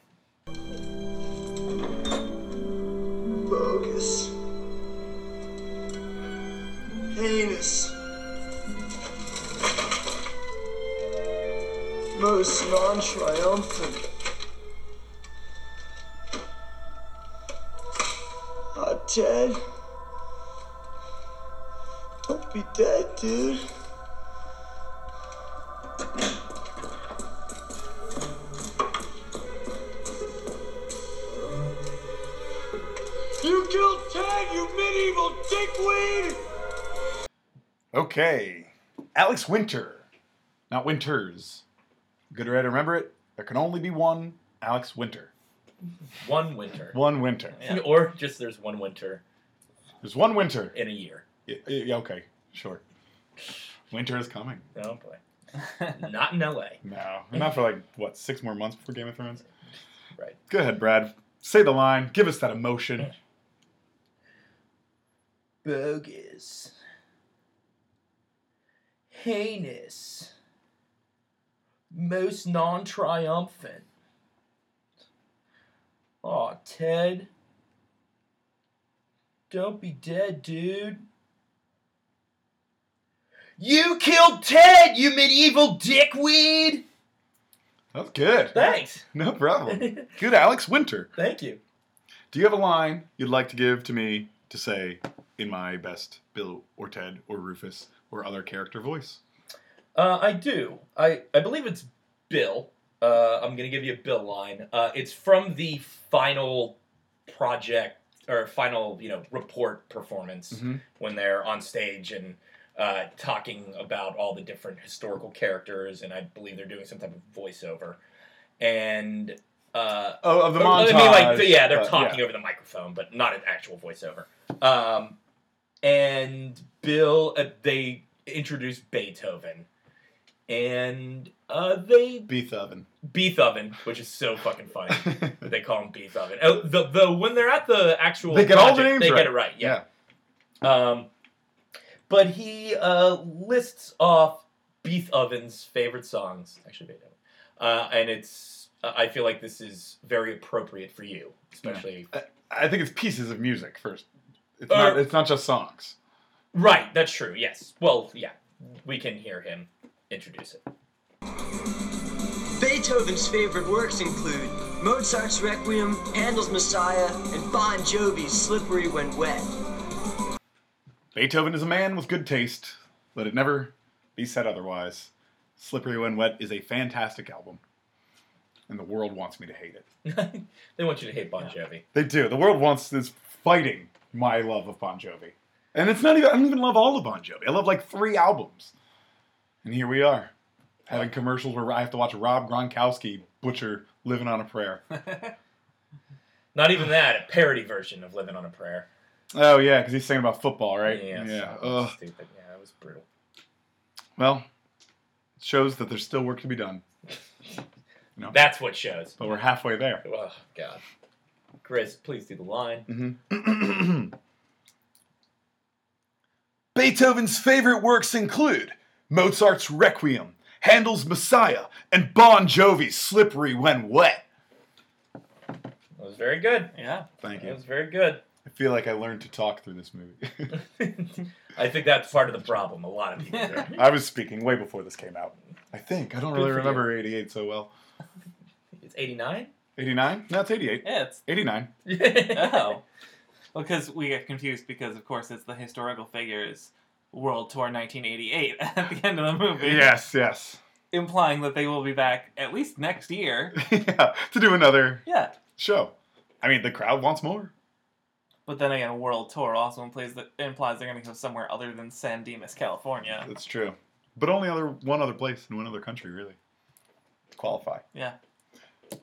D: bogus, heinous, most non triumphant. Ah, Ted, don't be dead, dude. You killed Ted, you medieval dickweed!
A: Okay. Alex Winter. Not Winters. Good or right, remember it? There can only be one Alex Winter.
B: One winter,
A: One Winter.
C: Yeah.
B: or just there's one winter
A: There's one Winter.
B: in a year.
A: Y- y- yeah, okay, sure. Winter is coming.
B: Oh boy. Not in L.A.
A: No. Not for like, what, six more months before Game of Thrones?
B: Right.
A: Go ahead, Brad. Say the line. Give us that emotion.
B: bogus, heinous, most non triumphant. Aw, Ted. Don't be dead, dude. You killed Ted, you medieval dickweed!
A: That's good.
B: Thanks.
A: No problem. Good Alex Winter.
B: Thank you.
A: Do you have a line you'd like to give to me to say in my best Bill or Ted or Rufus or other character voice?
B: Uh, I do. I, I believe it's Bill. Uh, I'm going to give you a Bill line. Uh, it's from the final project or final, you know, report performance
A: Mhm.
B: when they're on stage and uh, talking about all the different historical characters, and I believe they're doing some type of voiceover. And uh,
A: Oh, of the
B: I
A: montage.
B: mean, like, yeah, they're
A: uh,
B: talking over the microphone, but not an actual voiceover. Um, and Bill, uh, they introduce Beethoven, and uh, they
A: Beethoven.
B: Beethoven, which is so fucking funny. that they call him Beethoven. Oh, the, the when they're at the actual,
A: They get all the names
B: They
A: right.
B: get it right. Yeah. Um, but he uh, lists off Beethoven's favorite songs. Actually, Beethoven. Uh, and it's. Uh, I feel like this is very appropriate for you, especially.
A: I think it's pieces of music first. It's,
B: Uh,
A: not, it's not just songs.
B: Right. That's true. Yes. Well, yeah. We can hear him introduce it.
D: Beethoven's favorite works include Mozart's Requiem, Handel's Messiah, and Bon Jovi's Slippery When Wet.
A: Beethoven is a man with good taste, but it never be said otherwise. Slippery When Wet is a fantastic album, and the world wants me to hate it.
B: they want you to hate Bon Jovi.
A: They do. The world wants is fighting my love of Bon Jovi, and it's not even. I don't even love all of Bon Jovi. I love like three albums, and here we are having commercials where I have to watch Rob Gronkowski butcher "Living on a Prayer."
B: Not even that, a parody version of Living on a Prayer.
A: Oh yeah, because he's singing about football, right?
B: Yeah,
A: Yeah.
B: so
A: Ugh.
B: stupid. Yeah, it was brutal.
A: Well, it shows that there's still work to be done,
B: That's what shows.
A: but we're halfway there.
B: Oh God, Chris, please do the line.
A: hmm Beethoven's favorite works include Mozart's Requiem, Handel's Messiah, and Bon Jovi's Slippery When Wet.
B: That was very good.
C: Yeah.
A: Thank
B: That
A: you.
B: was very good.
A: I feel like I learned to talk through this movie.
B: I think that's part of the problem. A lot of people. do.
A: I was speaking way before this came out. I think. I don't
B: Good
A: really
B: for you.
A: remember 88 so well.
B: It's eighty nine.
A: 89? No, it's 88.
C: Yeah, it's
A: 89.
C: oh. Because we get confused because, of course, it's the historical figures World Tour 1988 at the end of the movie.
A: Yes, yes.
C: Implying that they will be back at least next year.
A: yeah, to do another
C: Yeah.
A: show. I mean, the crowd wants more.
C: But then again, World Tour also implies, that, implies they're going to go somewhere other than San Dimas, California.
A: That's true. But only other one other place in one other country really qualify.
C: Yeah.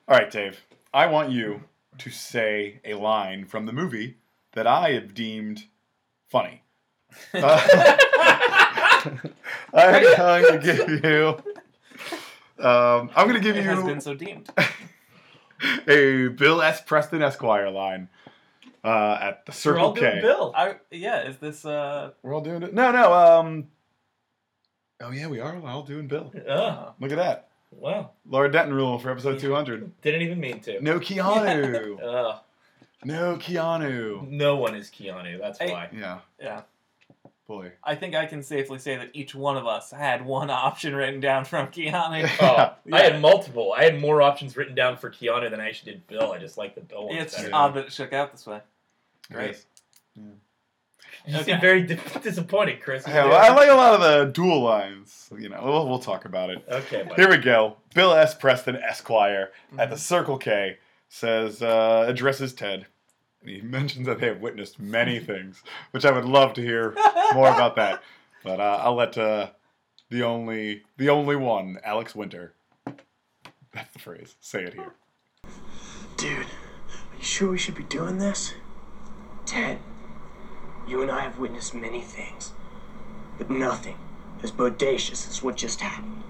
A: All right, Dave. I want you to say a line from the movie that I have deemed funny. Uh, I'm going to give you. Um, I'm going to give
C: It has been
A: you
C: so deemed.
A: a Bill S. Preston Esquire line uh, at the
B: We're
A: Circle
B: all doing
A: K.
B: Bill.
C: I, yeah, is this. uh
A: We're all doing it. No, no. Um. Oh yeah, we are. We're all doing Bill.
B: Oh,
A: Look at that.
B: wow.
A: Laura Denton rule for episode 200.
B: Didn't even mean to.
A: No Keanu.
B: Ugh.
A: No Keanu.
B: no one is Keanu. That's
C: Hey.
B: why.
A: Yeah,
C: Yeah.
A: boy.
C: I think I can safely say that each one of us had one option written down from Keanu.
B: Oh,
C: Yeah.
B: I had multiple. I had more options written down for Keanu than I actually did Bill. I just like the Bill one
C: It's
B: better.
C: just odd that it shook out this way.
B: Great.
A: Yes.
B: You
C: Okay.
B: seem very di- disappointed, Chris.
A: Yeah, well, I like a lot of the dual lines. You know, we'll, we'll talk about it.
B: okay, buddy.
A: Here we go. Bill S. Preston Esquire at
B: Mm-hmm.
A: the Circle K says uh, addresses Ted. And he mentions that they have witnessed many things, which I would love to hear more about that. But uh, I'll let uh, the only the only one, Alex Winter. That's the phrase. Say it here.
D: Dude, are you sure we should be doing this? Ted, you and I have witnessed many things, but nothing as bodacious as what just happened.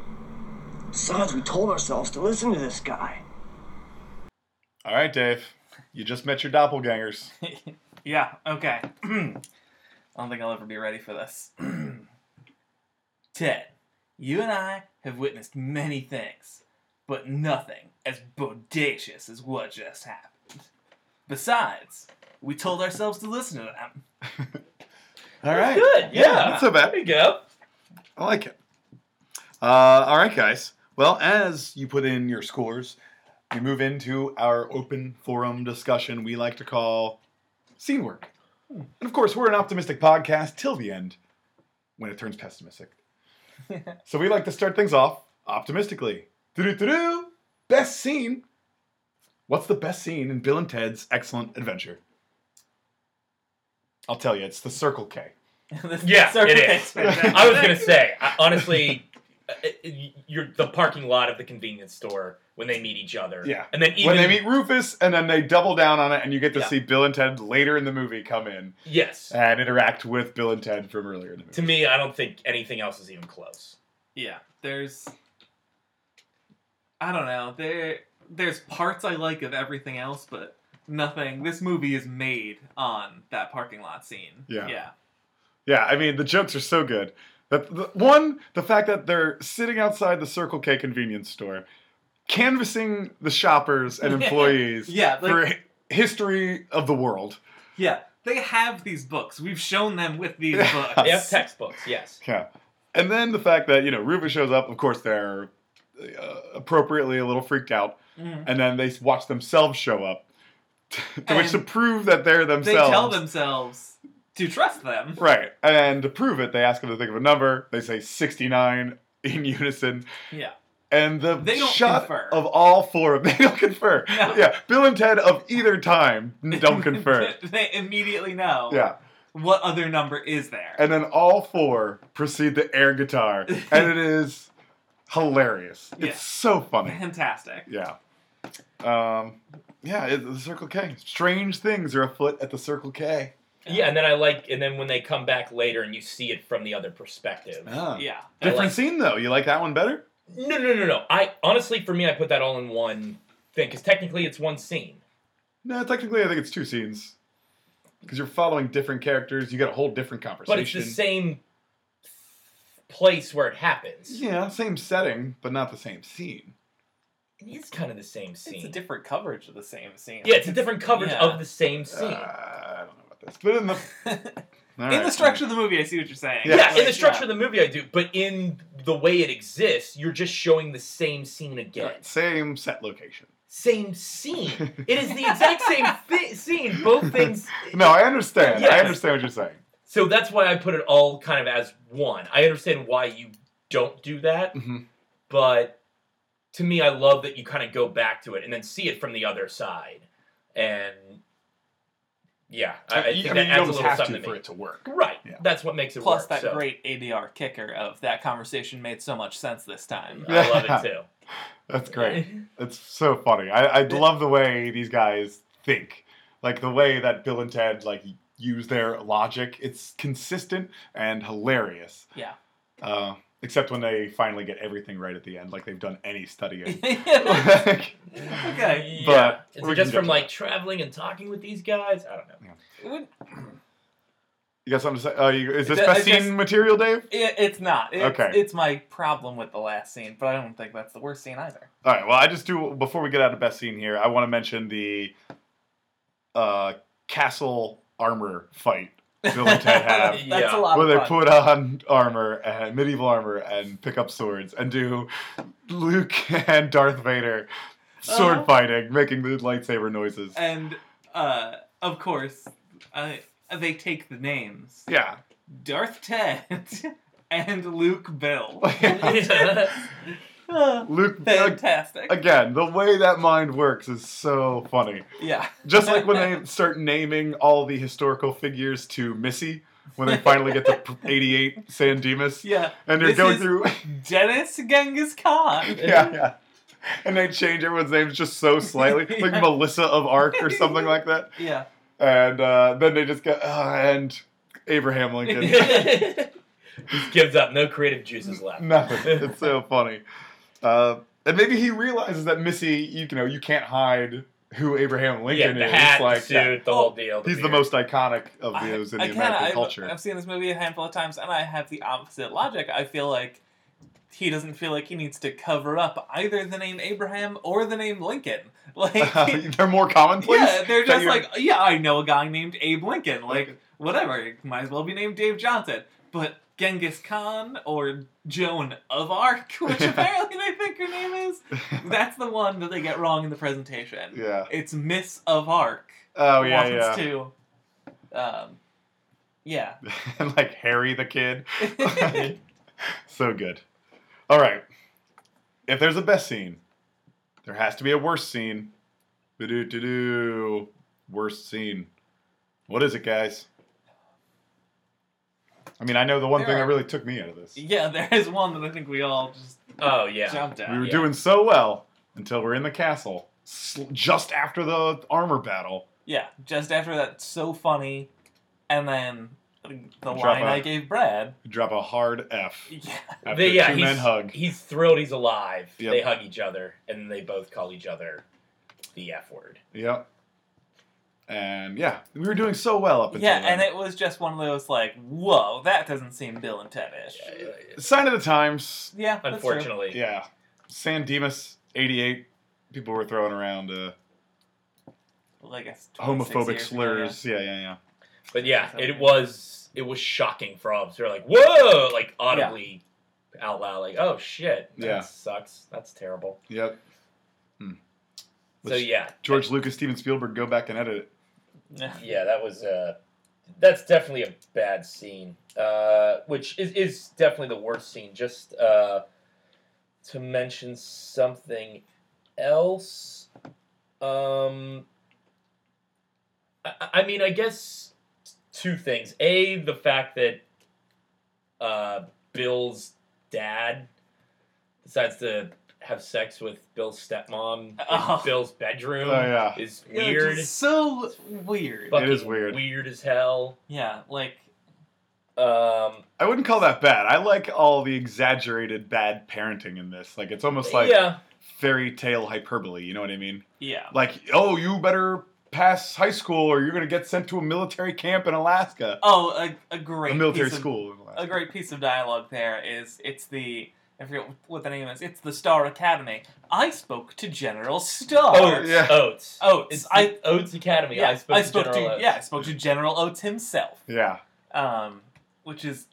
D: Besides, we told ourselves to listen to this guy.
A: All right, Dave. You just met your doppelgangers.
C: Yeah, okay. I don't think I'll ever be ready for this. Ted, you and I have witnessed many things, but nothing as bodacious as what just happened. Besides, we told ourselves to listen to them.
A: All right.
B: Good. Yeah.
A: Not so bad.
B: There you go.
A: I like it. Uh, all right, guys. Well, as you put in your scores, we move into our open forum discussion we like to call scene work. And of course, we're an optimistic podcast till the end when it turns pessimistic. so we like to start things off optimistically. Do-do-do-do. Best scene. What's the best scene in Bill and Ted's Excellent Adventure? I'll tell you, it's the Circle K.
C: This
B: Yeah,
C: circle
B: it
C: takes
B: is.
C: me back.
B: I was gonna say, I, honestly, uh, uh, you're the parking lot of the convenience store when they meet each other.
A: Yeah.
B: and then even
A: when they meet Rufus, and then they double down on it, and you get to
B: Yeah.
A: see Bill and Ted later in the movie come in
B: yes,
A: and interact with Bill and Ted from earlier in the movie.
B: to me, I don't think anything else is even close.
C: Yeah, there's. I don't know. There, there's parts I like of everything else, but nothing. This movie is made on that parking lot scene.
A: Yeah.
C: Yeah.
A: Yeah, I mean the jokes are so good. That the, one, the fact that they're sitting outside the Circle K convenience store, canvassing the shoppers and employees
C: Yeah, like-
A: for hi- history of the world.
C: Yeah. They have these books. We've shown them with these
A: Yeah.
C: books.
B: They have textbooks, yes.
A: Yeah, and then the fact that you know Rufus shows up. Of course, they're uh, appropriately a little freaked out,
C: Mhm.
A: and then they watch themselves show up. To which
C: And
A: to prove that they're
C: They
A: themselves.
C: tell themselves to trust them.
A: Right. And to prove it, they ask him to think of a number. They say 69 in unison.
C: Yeah.
A: And the
C: They don't
A: shot
C: confer.
A: of all four of them, they don't confer.
C: No.
A: Yeah. Bill and Ted of either time don't confer.
C: they immediately know
A: yeah.
C: what other number is there.
A: And then all four proceed to air guitar. And it is hilarious.
C: Yeah.
A: It's so funny.
C: Fantastic.
A: Yeah. Um, yeah, it, the Circle K. Strange things are afoot at the Circle K.
B: Yeah, and then I like, and then when they come back later and you see it from the other perspective.
A: Ah.
C: Yeah.
B: I
A: Different
B: like-
A: scene, though. You like that one better?
B: No, no, no, no. I honestly, for me, I put that all in one thing because technically it's one scene.
A: No, technically, I think it's two scenes. Because you're following different characters, you get a whole different conversation.
B: But it's the same place where it happens.
A: Yeah, same setting, but not the same scene.
B: It is kind of the same scene.
C: It's a different coverage of the same scene.
B: yeah, it's a different coverage
C: Yeah.
B: of the same
A: Uh,
B: scene.
A: I don't know about this, but in the all
C: in the
A: right.
C: structure of the movie, I see what you're saying.
A: Yeah.
B: yeah, in
C: Like,
B: the structure of the movie, I do. But in the way it exists, you're just showing the same scene again.
A: same set location.
B: Same scene. It is the exact same thi- scene. Both things.
A: No, I understand. I
B: Yeah.
A: understand what you're saying.
B: So that's why I put it all kind of as one. I understand why you don't do that,
A: Mhm.
B: but to me, I love that you kind of go back to it and then see it from the other side. And yeah, I, I
A: I
B: think
A: mean,
B: that
A: you
B: adds a
A: almost
B: little
A: have to
B: something to
A: for
B: me.
A: it to work.
B: Right.
A: Yeah.
B: That's what makes it
C: Plus
B: work.
C: that
B: so.
C: great ADR kicker of that conversation made so much sense this time.
B: I love it too.
A: That's great. That's so funny. I, I love the way these guys think. Like the way that Bill and Ted like use their logic. It's consistent and hilarious.
C: Yeah.
A: Uh, except when they finally get everything right at the end, like they've done any studying.
C: okay.
A: Like,
B: yeah.
A: But
B: Is
A: we can
B: it just
A: get
B: from
A: to
B: like traveling and talking with these guys? I don't know.
C: Would-
A: you got something to say? Uh, you, is this
C: I
A: best
C: just-
A: scene material, Dave?
C: It, it's not. It's,
A: Okay.
C: It's my problem with the last scene, but I don't think that's the worst scene either.
A: All right. Well, I just do before we get out of best scene here. I want to mention the uh, castle armor fight Bill and Ted have.
C: that's
B: Yeah.
C: a lot
A: where
C: of
A: they
C: fun.
A: put on armor and medieval armor and pick up swords and do Luke and Darth Vader sword
C: Uh-huh.
A: fighting, making the lightsaber noises.
C: and uh, of course, uh, they take the names
A: yeah,
C: Darth Ted and Luke Bill. Uh,
A: Luke. ag-
C: Fantastic.
A: Again, the way that mind works is so funny.
C: Yeah.
A: Just like when they start naming all the historical figures to Missy when they finally get to p- 88 San Dimas,
C: Yeah.
A: and they're
C: This
A: going
C: is
A: through.
C: Dennis Genghis Khan.
A: yeah, yeah. And they change everyone's names just so slightly, like
C: Yeah.
A: Melissa of Arc or something like that.
C: Yeah.
A: and uh, then they just go uh, and Abraham Lincoln.
B: Just gives up. No creative juices left.
A: Nothing. It's so funny. Uh, and maybe he realizes that Missy, you know, you can't hide who Abraham
B: yeah,
A: Lincoln
B: the
A: is.
B: hat,
A: like
B: the suit, the whole deal.
A: he's the
B: beard.
A: most iconic of those in the
C: again,
A: American
C: I've,
A: culture.
C: I've seen this movie a handful of times, and I have the opposite logic. I feel like he doesn't feel like he needs to cover up either the name Abraham or the name Lincoln. Like,
A: They're more commonplace.
C: yeah, they're
A: that
C: just
A: you're-
C: like, yeah, I know a guy named Abe Lincoln. Like, whatever, might as well be named Dave Johnson. But Genghis Khan or Joan of Arc, which
A: Yeah.
C: apparently they think her name is, that's the one that they get wrong in the presentation.
A: yeah.
C: It's Miss of Arc.
A: Oh yeah,
C: wants
A: yeah.
C: to, um, yeah.
A: and like Harry the kid. so good. All right. If there's a best scene, there has to be a worst scene. Do do do. Worst scene. What is it, guys? I mean, I know the one
C: There
A: thing that
C: are-
A: really took me out of this.
C: yeah, there is one that I think we all just
B: Oh yeah.
C: jumped
A: We
C: at.
A: were
B: Yeah.
A: doing so well until we're in the castle, sl- just after the armor battle.
C: Yeah, just after that, so funny, and then the
A: Drop
C: line I
A: out.
C: gave Brad.
A: We drop a hard F
C: Yeah,
A: after
B: They- yeah,
A: two men
B: he's,
A: hug.
B: he's thrilled he's alive.
A: Yep.
B: They hug each other and they both call each other the F word.
A: Yep. And yeah, we were doing so well up until
C: yeah,
A: then.
C: and it was just one of those like, whoa, that doesn't seem Bill and Ted-ish. Yeah,
A: Sign of the times.
C: that's true.
B: Unfortunately.
A: Yeah. San Dimas, 88. People were throwing around uh,
C: Well, I guess 26
A: homophobic
C: Oh, years ago, yeah.
A: slurs. Yeah, yeah, yeah.
B: But yeah, it was it was shocking for all of us. We were like, whoa, like audibly out loud, like, oh shit. That
A: Yeah.
B: sucks. That's terrible.
A: Yep.
B: so
A: Which-
B: yeah.
A: George Lucas, Steven Spielberg, go back and edit it.
B: Yeah, that was uh that's definitely a bad scene, uh, which is, is definitely the worst scene. Just uh, to mention something else, um, I, I- I mean, I guess two things. A, the fact that uh, Bill's dad decides to have sex with Bill's stepmom in
C: Oh.
B: Bill's bedroom
A: Oh, yeah.
B: is
C: Yeah, just
B: weird.
C: so weird.
A: But-
B: fucking
A: is weird.
B: Weird as hell.
C: yeah, like
B: Um,
A: I wouldn't call that bad. I like all the exaggerated bad parenting in this. Like it's almost like
B: yeah,
A: fairy tale hyperbole. You know what I mean?
C: yeah,
A: Like, oh, you better pass high school or you're gonna get sent to a military camp in Alaska,
C: oh, a, a great
A: a military
C: piece of-
A: school. In Alaska.
C: a great piece of dialogue there is it's the I forget what the name is. It's the Star Academy. I spoke to General Star.
B: Oates.
A: Oh, yeah.
B: Oates.
C: Oates.
B: It's
C: Oh, I,
B: I, Oates Academy.
C: yeah,
B: I spoke, to, General Oates.
C: yeah, I spoke to General Oates himself.
A: Yeah.
C: Um, which is,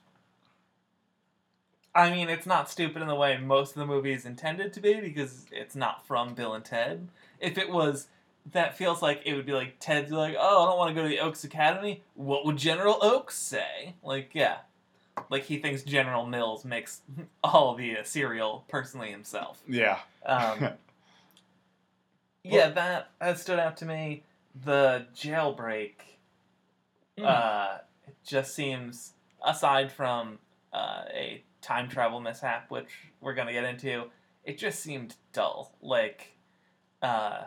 C: I mean, it's not stupid in the way most of the movie is intended to be because it's not from Bill and Ted. If it was, that feels like it would be like Ted's like, oh, I don't want to go to the Oaks Academy. What would General Oaks say? Like, yeah, like he thinks General Mills makes all the uh, cereal personally himself.
A: Yeah.
C: Um, yeah, that that stood out to me. The jailbreak,
B: Mm.
C: uh, it just seems aside from uh, a time travel mishap, which we're gonna get into, it just seemed dull. Like, uh,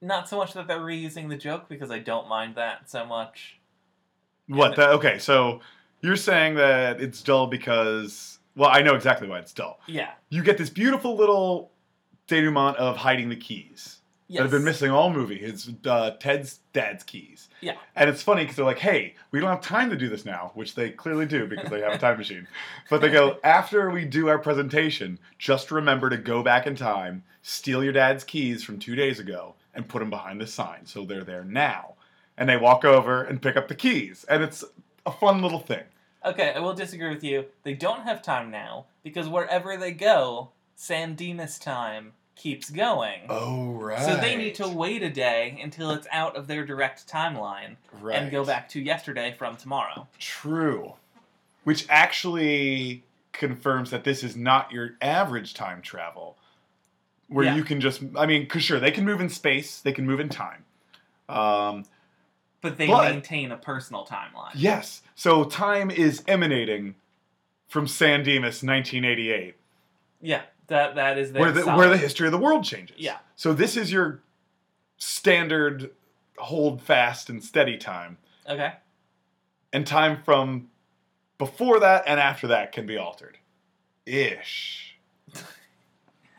C: not so much that they're reusing the joke because I don't mind that so much.
A: What? That, okay, so you're saying that it's dull because, well, I know exactly why it's dull.
C: Yeah.
A: You get this beautiful little denouement of hiding the keys
C: Yes.
A: that have been missing all movie. It's uh, Ted's dad's keys.
C: Yeah.
A: And it's funny because they're like, hey, we don't have time to do this now, which they clearly do because they have a time machine. But they go, after we do our presentation, just remember to go back in time, steal your dad's keys from two days ago, and put them behind the sign so they're there now. And they walk over and pick up the keys. And it's a fun little thing.
C: Okay, I will disagree with you. They don't have time now because wherever they go, San Dimas time keeps going.
A: Oh, right.
C: So they need to wait a day until it's out of their direct timeline
A: right.
C: and go back to yesterday from tomorrow.
A: True. Which actually confirms that this is not your average time travel, where
C: Yeah.
A: you can just, I mean, because sure, they can move in space, they can move in time. Um,
C: But they
A: But-
C: maintain a personal timeline.
A: yes, so time is emanating from San Dimas 1988,
C: Yeah, that that is their
A: where the,
C: solid-
A: where the history of the world changes.
C: Yeah.
A: So this is your standard hold fast and steady time,
C: Okay.
A: and time from before that and after that can be altered. Ish.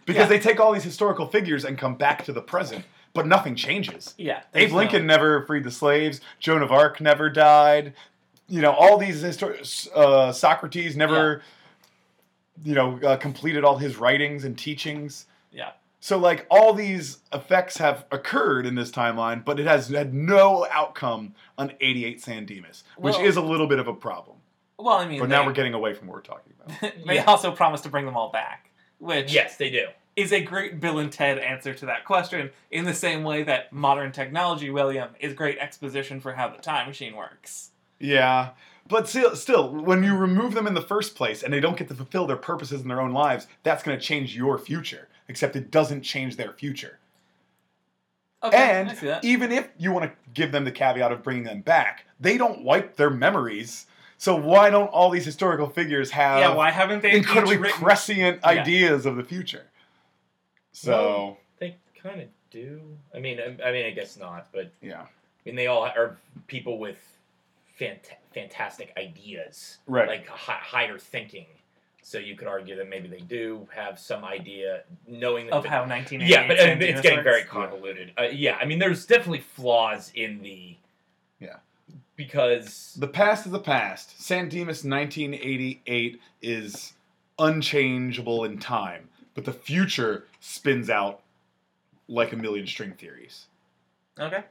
A: Because
C: Yeah.
A: they take all these historical figures and come back to the present, but nothing changes.
C: Yeah. there's
A: Abe
C: no-
A: Lincoln never freed the slaves. Joan of Arc never died. You know, all these histor- uh, Socrates never, you know, uh, completed all his writings and teachings.
C: Yeah.
A: So, like, all these effects have occurred in this timeline, but it has had no outcome on 88 San Dimas, which
C: Well-
A: is a little bit of a problem.
C: Well, I mean,
A: But
C: they,
A: now we're getting away from what we're talking about.
C: they
B: Yeah.
C: also promised to bring them all back, which
B: Yes, they do.
C: is a great Bill and Ted answer to that question. In the same way that modern technology, William, is great exposition for how the time machine works.
A: Yeah. But still, still, when you remove them in the first place and they don't get to fulfill their purposes in their own lives, that's going to change your future. Except it doesn't change their future.
C: Okay, I
A: and
C: see that.
A: even if you want to give them the caveat of bringing them back, they don't wipe their memories. So why don't all these historical figures have
C: yeah, why haven't they each
A: incredibly
C: written-
A: prescient
C: Yeah.
A: ideas of the future? So,
B: They kind of do. I mean, I, I mean, I guess not. But
A: yeah.
B: I mean, they all are people with fant- fantastic ideas,
A: Right.
B: like hi- higher thinking. So you could argue that maybe they do have some idea, knowing that
C: of
B: the-
C: how 1988
B: yeah, but
C: San
B: and it's
C: Dimas
B: getting very
C: works?
B: convoluted. Uh, yeah, I mean, there's definitely flaws in the.
A: Yeah.
B: Because
A: The past is the past. San Dimas 1988 is unchangeable in time, but the future spins out like a million string theories.
C: Okay.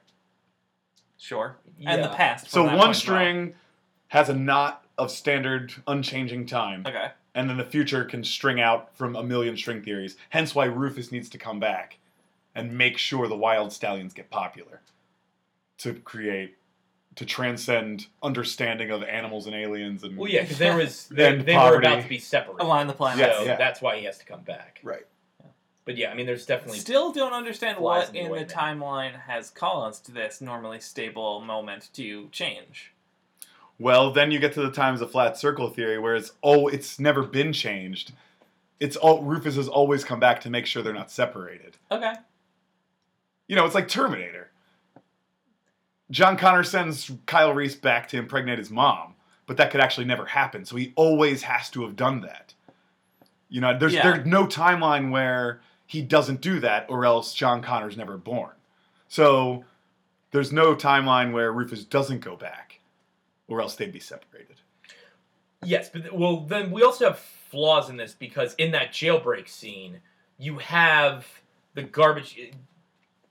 C: Sure.
B: yeah.
C: And the past.
A: So
C: from that
A: one
C: point on.
A: string has a knot of standard unchanging time,
C: Okay.
A: and then the future can string out from a million string theories. Hence why Rufus needs to come back and make sure the wild stallions get popular to create to transcend understanding of animals and aliens and
B: Well, yeah, because there was they,
A: Then
B: they were about
A: poverty.
B: to be separated.
C: Align the planet.
A: Yeah,
B: so
A: yeah.
B: that's why he has to come back.
A: right.
B: But yeah, I mean, there's definitely
C: Still don't understand
B: Flies
C: what
B: in the
C: in
B: way,
C: the
B: man.
C: timeline has caused this normally stable moment to change.
A: Well, then you get to the times of flat circle theory, where it's oh, it's never been changed. It's all Rufus has always come back to make sure they're not separated.
C: Okay.
A: You know, it's like Terminator. John Connor sends Kyle Reese back to impregnate his mom, but that could actually never happen. So he always has to have done that. You know, there's
C: Yeah.
A: there's no timeline where he doesn't do that, or else John Connor's never born. So there's no timeline where Rufus doesn't go back, or else they'd be separated.
B: Yes, but th- well, then we also have flaws in this because in that jailbreak scene, you have the garbage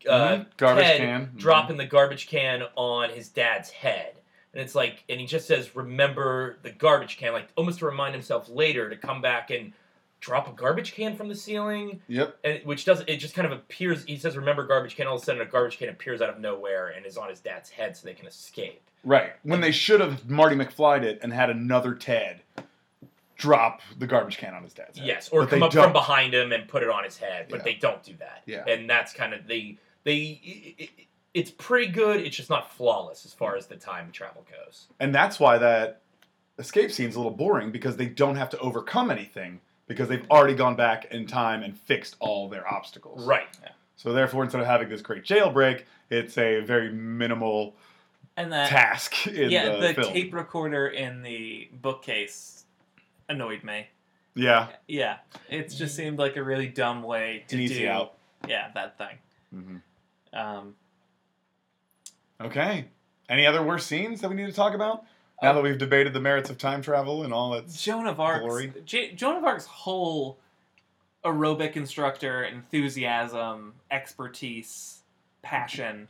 B: uh,
A: Mhm, garbage
B: Ted
A: can, mhm.
B: dropping the garbage can on his dad's head, and it's like, and he just says, "Remember the garbage can," like almost to remind himself later to come back and drop a garbage can from the ceiling,
A: Yep.
B: and which doesn't. It just kind of appears. He says, "Remember garbage can." All of a sudden, a garbage can appears out of nowhere and is on his dad's head, so they can escape.
A: Right. When they should have Marty McFlyed it and had another Ted drop the garbage can on his dad's head.
B: Yes, or
A: But
B: come
A: they
B: up
A: don't.
B: from behind him and put it on his head, but
A: Yeah.
B: they don't do that.
A: Yeah.
B: and that's kind of they they. i i i- it's pretty good. It's just not flawless as far as the time travel goes.
A: And that's why that escape scene's a little boring because they don't have to overcome anything because they've already gone back in time and fixed all their obstacles.
B: Right.
A: So therefore, instead of having this great jailbreak, it's a very minimal
C: And
B: Uh,
C: that
A: task in
C: yeah,
A: the,
C: the,
A: film.
C: tape recorder in the bookcase annoyed me.
A: yeah,
C: Yeah, it just seemed like a really dumb way to
A: an easy
C: do
A: out.
C: yeah that thing.
A: Mhm.
C: Um,
A: Okay. Any other worse scenes that we need to talk about? Now
B: Uh,
A: that we've debated the merits of time travel and all that.
C: Joan of Arc's
A: Glory.
C: J- Joan of Arc's whole aerobic instructor enthusiasm, expertise, passion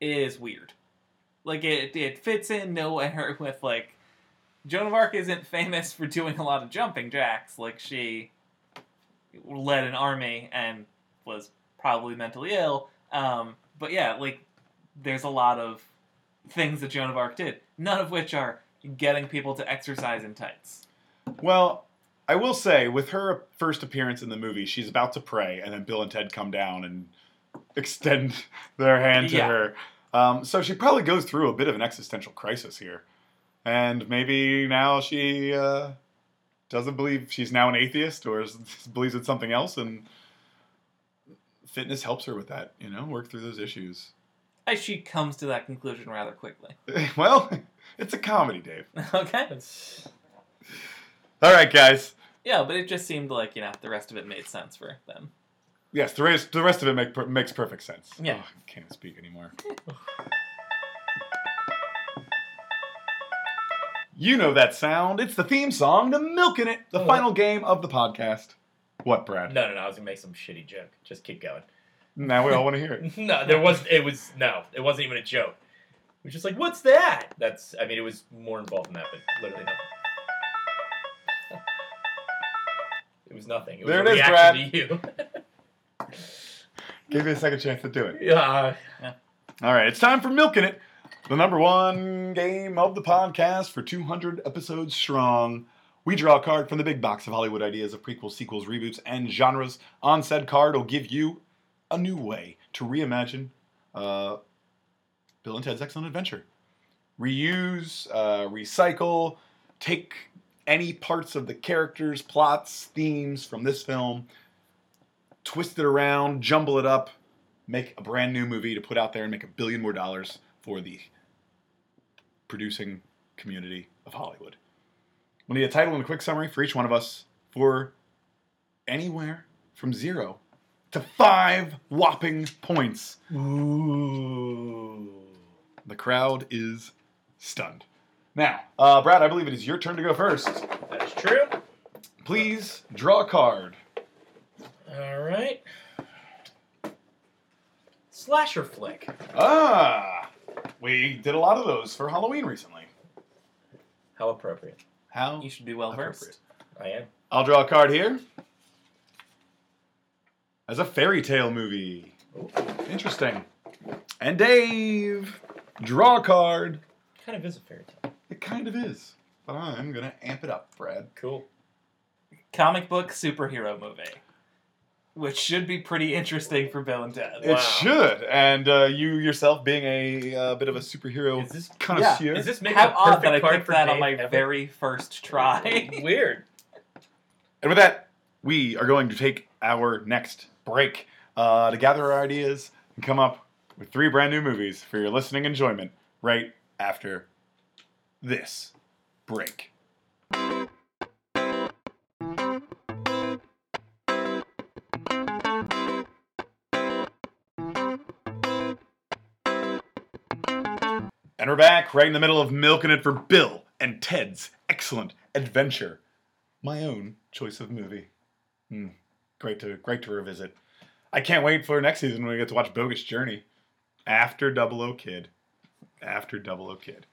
C: is weird. Like it, it fits in nowhere with like Joan of Arc isn't famous for doing a lot of jumping jacks. Like she led an army and was probably mentally ill. Um, but yeah, like there's a lot of things that Joan of Arc did, none of which are getting people to exercise in tights.
A: Well, I will say, with her first appearance in the movie, she's about to pray, and then Bill and Ted come down and extend their hand to
C: Yeah.
A: her. Um, so she probably goes through a bit of an existential crisis here. And maybe now she uh, doesn't believe she's now an atheist or is, believes in something else, and fitness helps her with that, you know, work through those issues.
C: As she comes to that conclusion rather quickly.
A: well, it's a comedy, Dave.
C: okay.
A: All right, guys.
C: Yeah, but it just seemed like, you know, the rest of it made sense for them.
A: Yes, the rest, the rest of it make, per- makes perfect sense.
C: Yeah.
A: Oh, I can't speak anymore. you know that sound. It's the theme song to Milking It, the
B: Oh.
A: final game of the podcast. What, Brad?
B: No, no, no. I was gonna make some shitty joke. Just keep going.
A: Now we all want to hear it.
B: No, there was. It was no. It wasn't even a joke. It was just like, what's that? That's. I mean, it was more involved than that, but literally nothing. It was nothing. It was
A: There
B: a
A: it is,
B: reaction to
A: Give me a second chance to do it.
B: you. yeah.
A: All right, it's time for Milking It, the number one game of the podcast for 200 episodes strong. We draw a card from the big box of Hollywood ideas of prequels, sequels, reboots, and genres. On said card will give you a new way to reimagine uh, Bill and Ted's Excellent Adventure. Reuse, uh, recycle, take any parts of the characters, plots, themes from this film, twist it around, jumble it up, make a brand new movie to put out there and make a billion more dollars for the producing community of Hollywood. We need a title and a quick summary for each one of us for anywhere from zero to five whopping points.
B: Ooh.
A: The crowd is stunned. Now, uh, Brad, I believe it is your turn to go first.
B: That is true.
A: Please draw a card.
B: All right. Slasher flick.
A: Ah, we did a lot of those for Halloween recently.
B: How appropriate.
A: How
C: You should be well
A: appropriate.
C: versed.
B: I am.
A: I'll draw a card here. As a fairy tale movie.
B: Ooh.
A: Oh, Interesting. And Dave. Draw a card.
B: Kind of is a fairy tale.
A: It kind of is, but I'm gonna amp it up, Brad.
B: Cool.
C: Comic book superhero movie, which should be pretty interesting for Bill and Ted.
B: Wow.
A: It should, and uh, you yourself being a uh, bit of a superhero
B: Is this
A: connoisseur.
B: is this making
C: How
B: a
C: odd
B: perfect
C: that I
B: card
C: picked
B: for
C: that
B: Dave
C: on my
B: ever?
C: very first try.
B: Weird.
A: And with that, we are going to take our next break uh, to gather our ideas and come up with three brand new movies for your listening enjoyment right after this break. And we're back right in the middle of milking it for Bill and Ted's excellent adventure my own choice of movie. Hmm. Great to great to revisit. I can't wait for next season when we get to watch Bogus Journey after Double O Kid. After Double O Kid.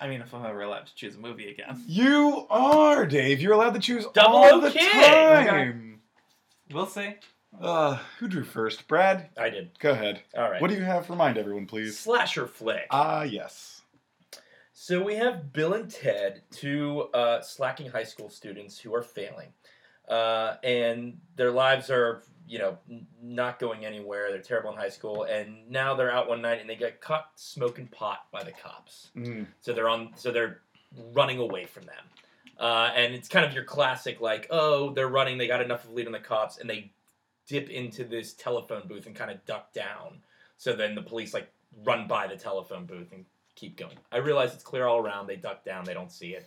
C: I mean, if I'm ever allowed to choose a movie again,
A: You are, Dave. You're allowed to choose
B: Double
A: all
B: O
A: the
B: Kid! Oh
A: time.
C: we'll see.
A: Uh, who drew first? Brad,
B: I did.
A: go ahead.
B: All right.
A: What do you have? Remind everyone, please.
B: Slasher flick.
A: Ah, yes.
B: So we have Bill and Ted, two uh, slacking high school students who are failing, uh, and their lives are you know n- not going anywhere. They're terrible in high school, and now they're out one night and they get caught smoking pot by the cops.
A: Mm.
B: So they're on. So they're running away from them, uh, and it's kind of your classic like, oh, they're running. They got enough of a lead on the cops, and they dip into this telephone booth and kind of duck down. So then the police like run by the telephone booth and keep going. I realize it's clear all around. They duck down. They don't see it.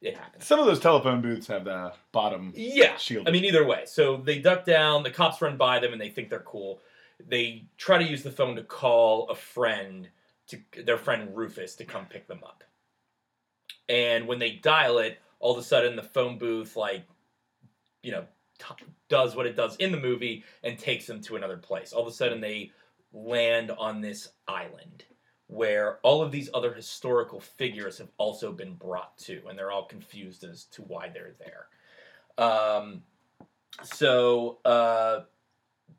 B: It happens.
A: Some of those telephone booths have the bottom
B: Yeah.
A: shield.
B: I mean, either way. So they duck down, the cops run by them, and they think they're cool. They try to use the phone to call a friend, to their friend Rufus, to come pick them up. And when they dial it, all of a sudden the phone booth, like, you know, t- does what it does in the movie and takes them to another place. All of a sudden they land on this island where all of these other historical figures have also been brought to, and they're all confused as to why they're there. Um, so uh,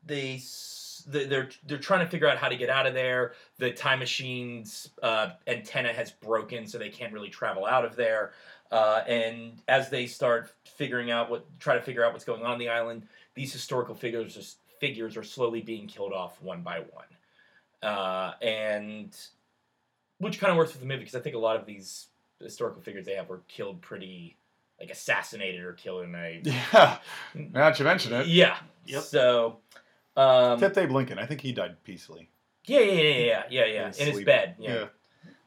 B: they s- they- they're they're trying to figure out how to get out of there. The time machine's uh, antenna has broken, so they can't really travel out of there. Uh, and as they start figuring out what try to figure out what's going on on the island, these historical figures just figures are slowly being killed off one by one. Uh, and which kind of works with the movie because I think a lot of these historical figures they have were killed pretty like assassinated or killed in a
A: yeah. Now that you mention it.
B: yeah.
C: Yep.
B: So, um,
A: Tip Dave Lincoln. I think he died peacefully.
B: yeah, yeah, yeah, yeah, yeah, yeah,
A: And
B: in his
A: sleep.
B: bed. Yeah.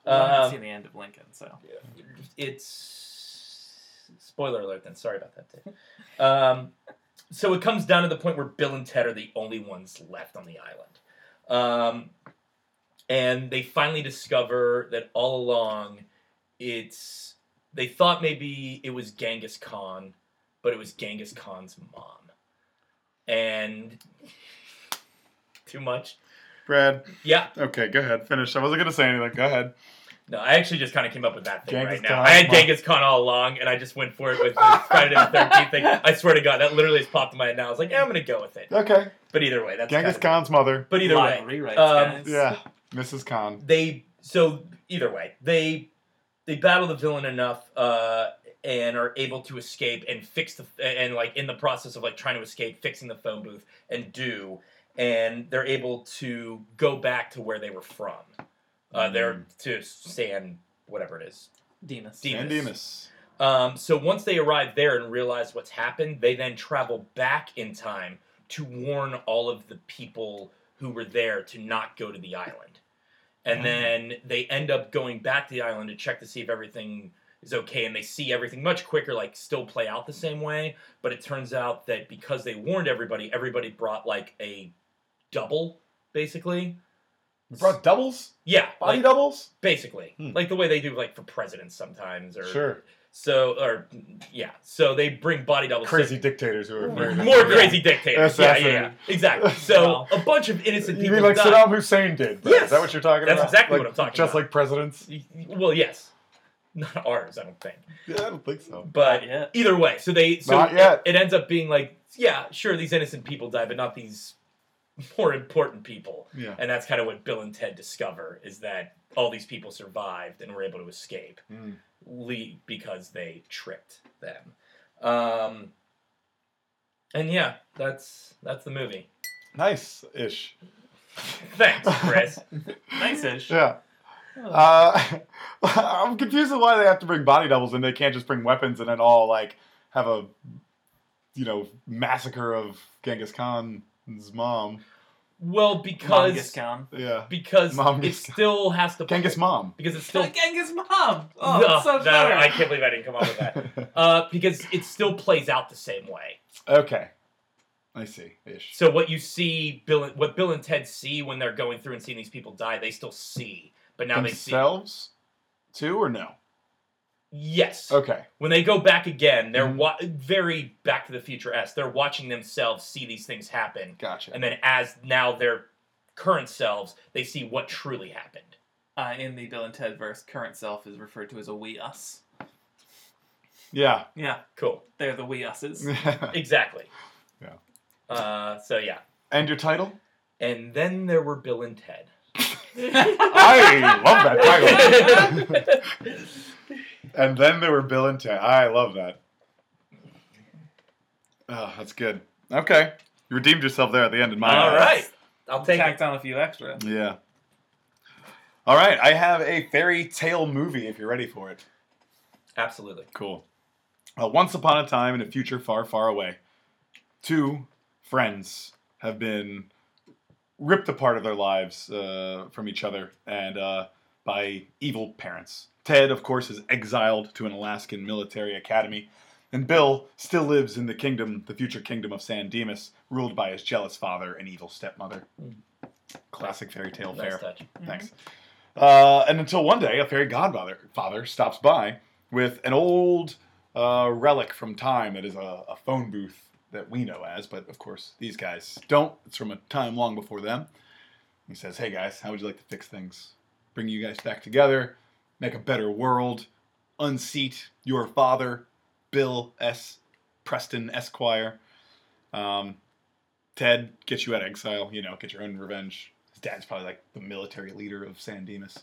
C: Well, I haven't
B: Um,
C: seen the end of Lincoln, so
B: It's spoiler alert. Then sorry about that. Dave. Um, so it comes down to the point where Bill and Ted are the only ones left on the island, um, and they finally discover that all along, it's they thought maybe it was Genghis Khan, but it was Genghis Khan's mom, and too much.
A: Brad.
B: Yeah,
A: Okay, go ahead. Finish. I wasn't gonna say anything. Go ahead.
B: No, I actually just kind of came up with that thing
A: Genghis
B: right now.
A: Khan.
B: I had Genghis Khan all along, and I just went for it with the Friday the Thirteenth thing. I swear to God, that literally has popped in my head now. I was like, yeah, I'm gonna go with it.
A: Okay.
B: But either way, that's
A: Genghis
B: kind of-
A: Khan's mother.
B: But either
C: Live
B: way,
C: rewrites,
B: um,
C: guys.
A: Yeah, Mrs. Khan.
B: they so either way they they battle the villain enough uh, and are able to escape and fix the and like in the process of like trying to escape fixing the phone booth and do and they're able to go back to where they were from uh, they're
A: Mm.
B: to san whatever it is
C: Demas.
B: Demas.
A: And Demas.
B: Um, so once they arrive there and realize what's happened, they then travel back in time to warn all of the people who were there to not go to the island.
A: Mm-hmm.
B: And then they end up going back to the island to check to see if everything is okay. And they see everything much quicker, like still play out the same way. But it turns out that because they warned everybody, everybody brought like a double, basically.
A: We brought doubles?
B: Yeah,
A: Body
B: like,
A: doubles?
B: basically,
A: Hmm.
B: like the way they do like for presidents sometimes, or
A: Sure.
B: so, or yeah, so they bring body doubles.
A: Crazy dictators who are
B: So-
A: very
B: more crazy dictators. Yeah, yeah, yeah,
A: Assassinated.
B: exactly. So
C: Wow.
B: a bunch of innocent
A: You
B: people
A: mean like
B: died.
A: Saddam Hussein did? though?
B: Yes.
A: Is that what you're talking
B: That's
A: about?
B: exactly
A: Like,
B: what I'm talking
A: Just
B: about.
A: like presidents?
B: Well, yes, not ours, I don't think,
A: Yeah, I don't think so.
B: but
C: Not yet.
B: either way, so they so
A: Not
B: it-
A: yet.
B: It, ends up being like, yeah, sure, these innocent people die, but not these more important people.
A: Yeah.
B: And that's kind of what Bill and Ted discover is that all these people survived and were able to escape
C: Hmm.
A: Mm.
B: le- because they tricked them. Um, and yeah, that's that's the movie.
A: Nice ish.
B: Thanks, Chris.
C: Nice-ish.
A: Yeah. Uh, I'm confused with why they have to bring body doubles and they can't just bring weapons and then all like have a you know massacre of Genghis Khan's mom.
B: well,
C: Mongus
B: because
C: Khan.
A: Yeah,
B: because
A: Mom
B: it
A: is-
B: still has to
A: Genghis mom.
B: because it's still
C: Still Genghis mom. Oh,
B: Ugh,
C: that's so
B: no,
C: better.
B: I can't believe I didn't come up with that. Uh, because it still plays out the same way.
A: okay, I see ish.
B: So what you see, Bill, what Bill and Ted see when they're going through and seeing these people die, they still see, but now
A: Themselves too or no?
B: they see. Yes.
A: Okay,
B: When they go back again, they're
A: Mhm.
B: wa- very Back to the Future s. They're watching themselves see these things happen,
A: gotcha.
B: and then as now their current selves, they see what truly happened.
C: Uh, in the Bill and Ted verse, current self is referred to as a we us.
A: yeah.
C: Yeah,
B: Cool.
C: they're the we uses.
B: Exactly.
A: Yeah.
B: Uh, so yeah,
A: and your title?
B: and then there were Bill and Ted.
A: I love that title. And then there were Bill and Ted. I love that. Oh, that's good. Okay. You redeemed yourself there at the end in my
B: All
A: eyes.
B: right. I'll take it.
C: Tacked on a few extra.
A: Yeah. All right. I have a fairy tale movie if you're ready for it.
B: Absolutely.
A: Cool. Uh, once upon a time in a future far, far away, two friends have been ripped apart of their lives uh, from each other and uh, by evil parents. Ted, of course, is exiled to an Alaskan military academy, and Bill still lives in the kingdom, the future kingdom of San Dimas, ruled by his jealous father and evil stepmother. Classic fairy tale
B: Nice
A: fare.
B: touch.
A: Thanks. Uh, and until one day, a fairy godfather father stops by with an old uh, relic from time that is a, a phone booth that we know as, but of course these guys don't. It's from a time long before them. He says, "Hey guys, how would you like to fix things? Bring you guys back together, make a better world, unseat your father, Bill S. Preston Esquire." Um, Ted, get you out of exile, you know, get your own revenge. His dad's probably like the military leader of San Dimas.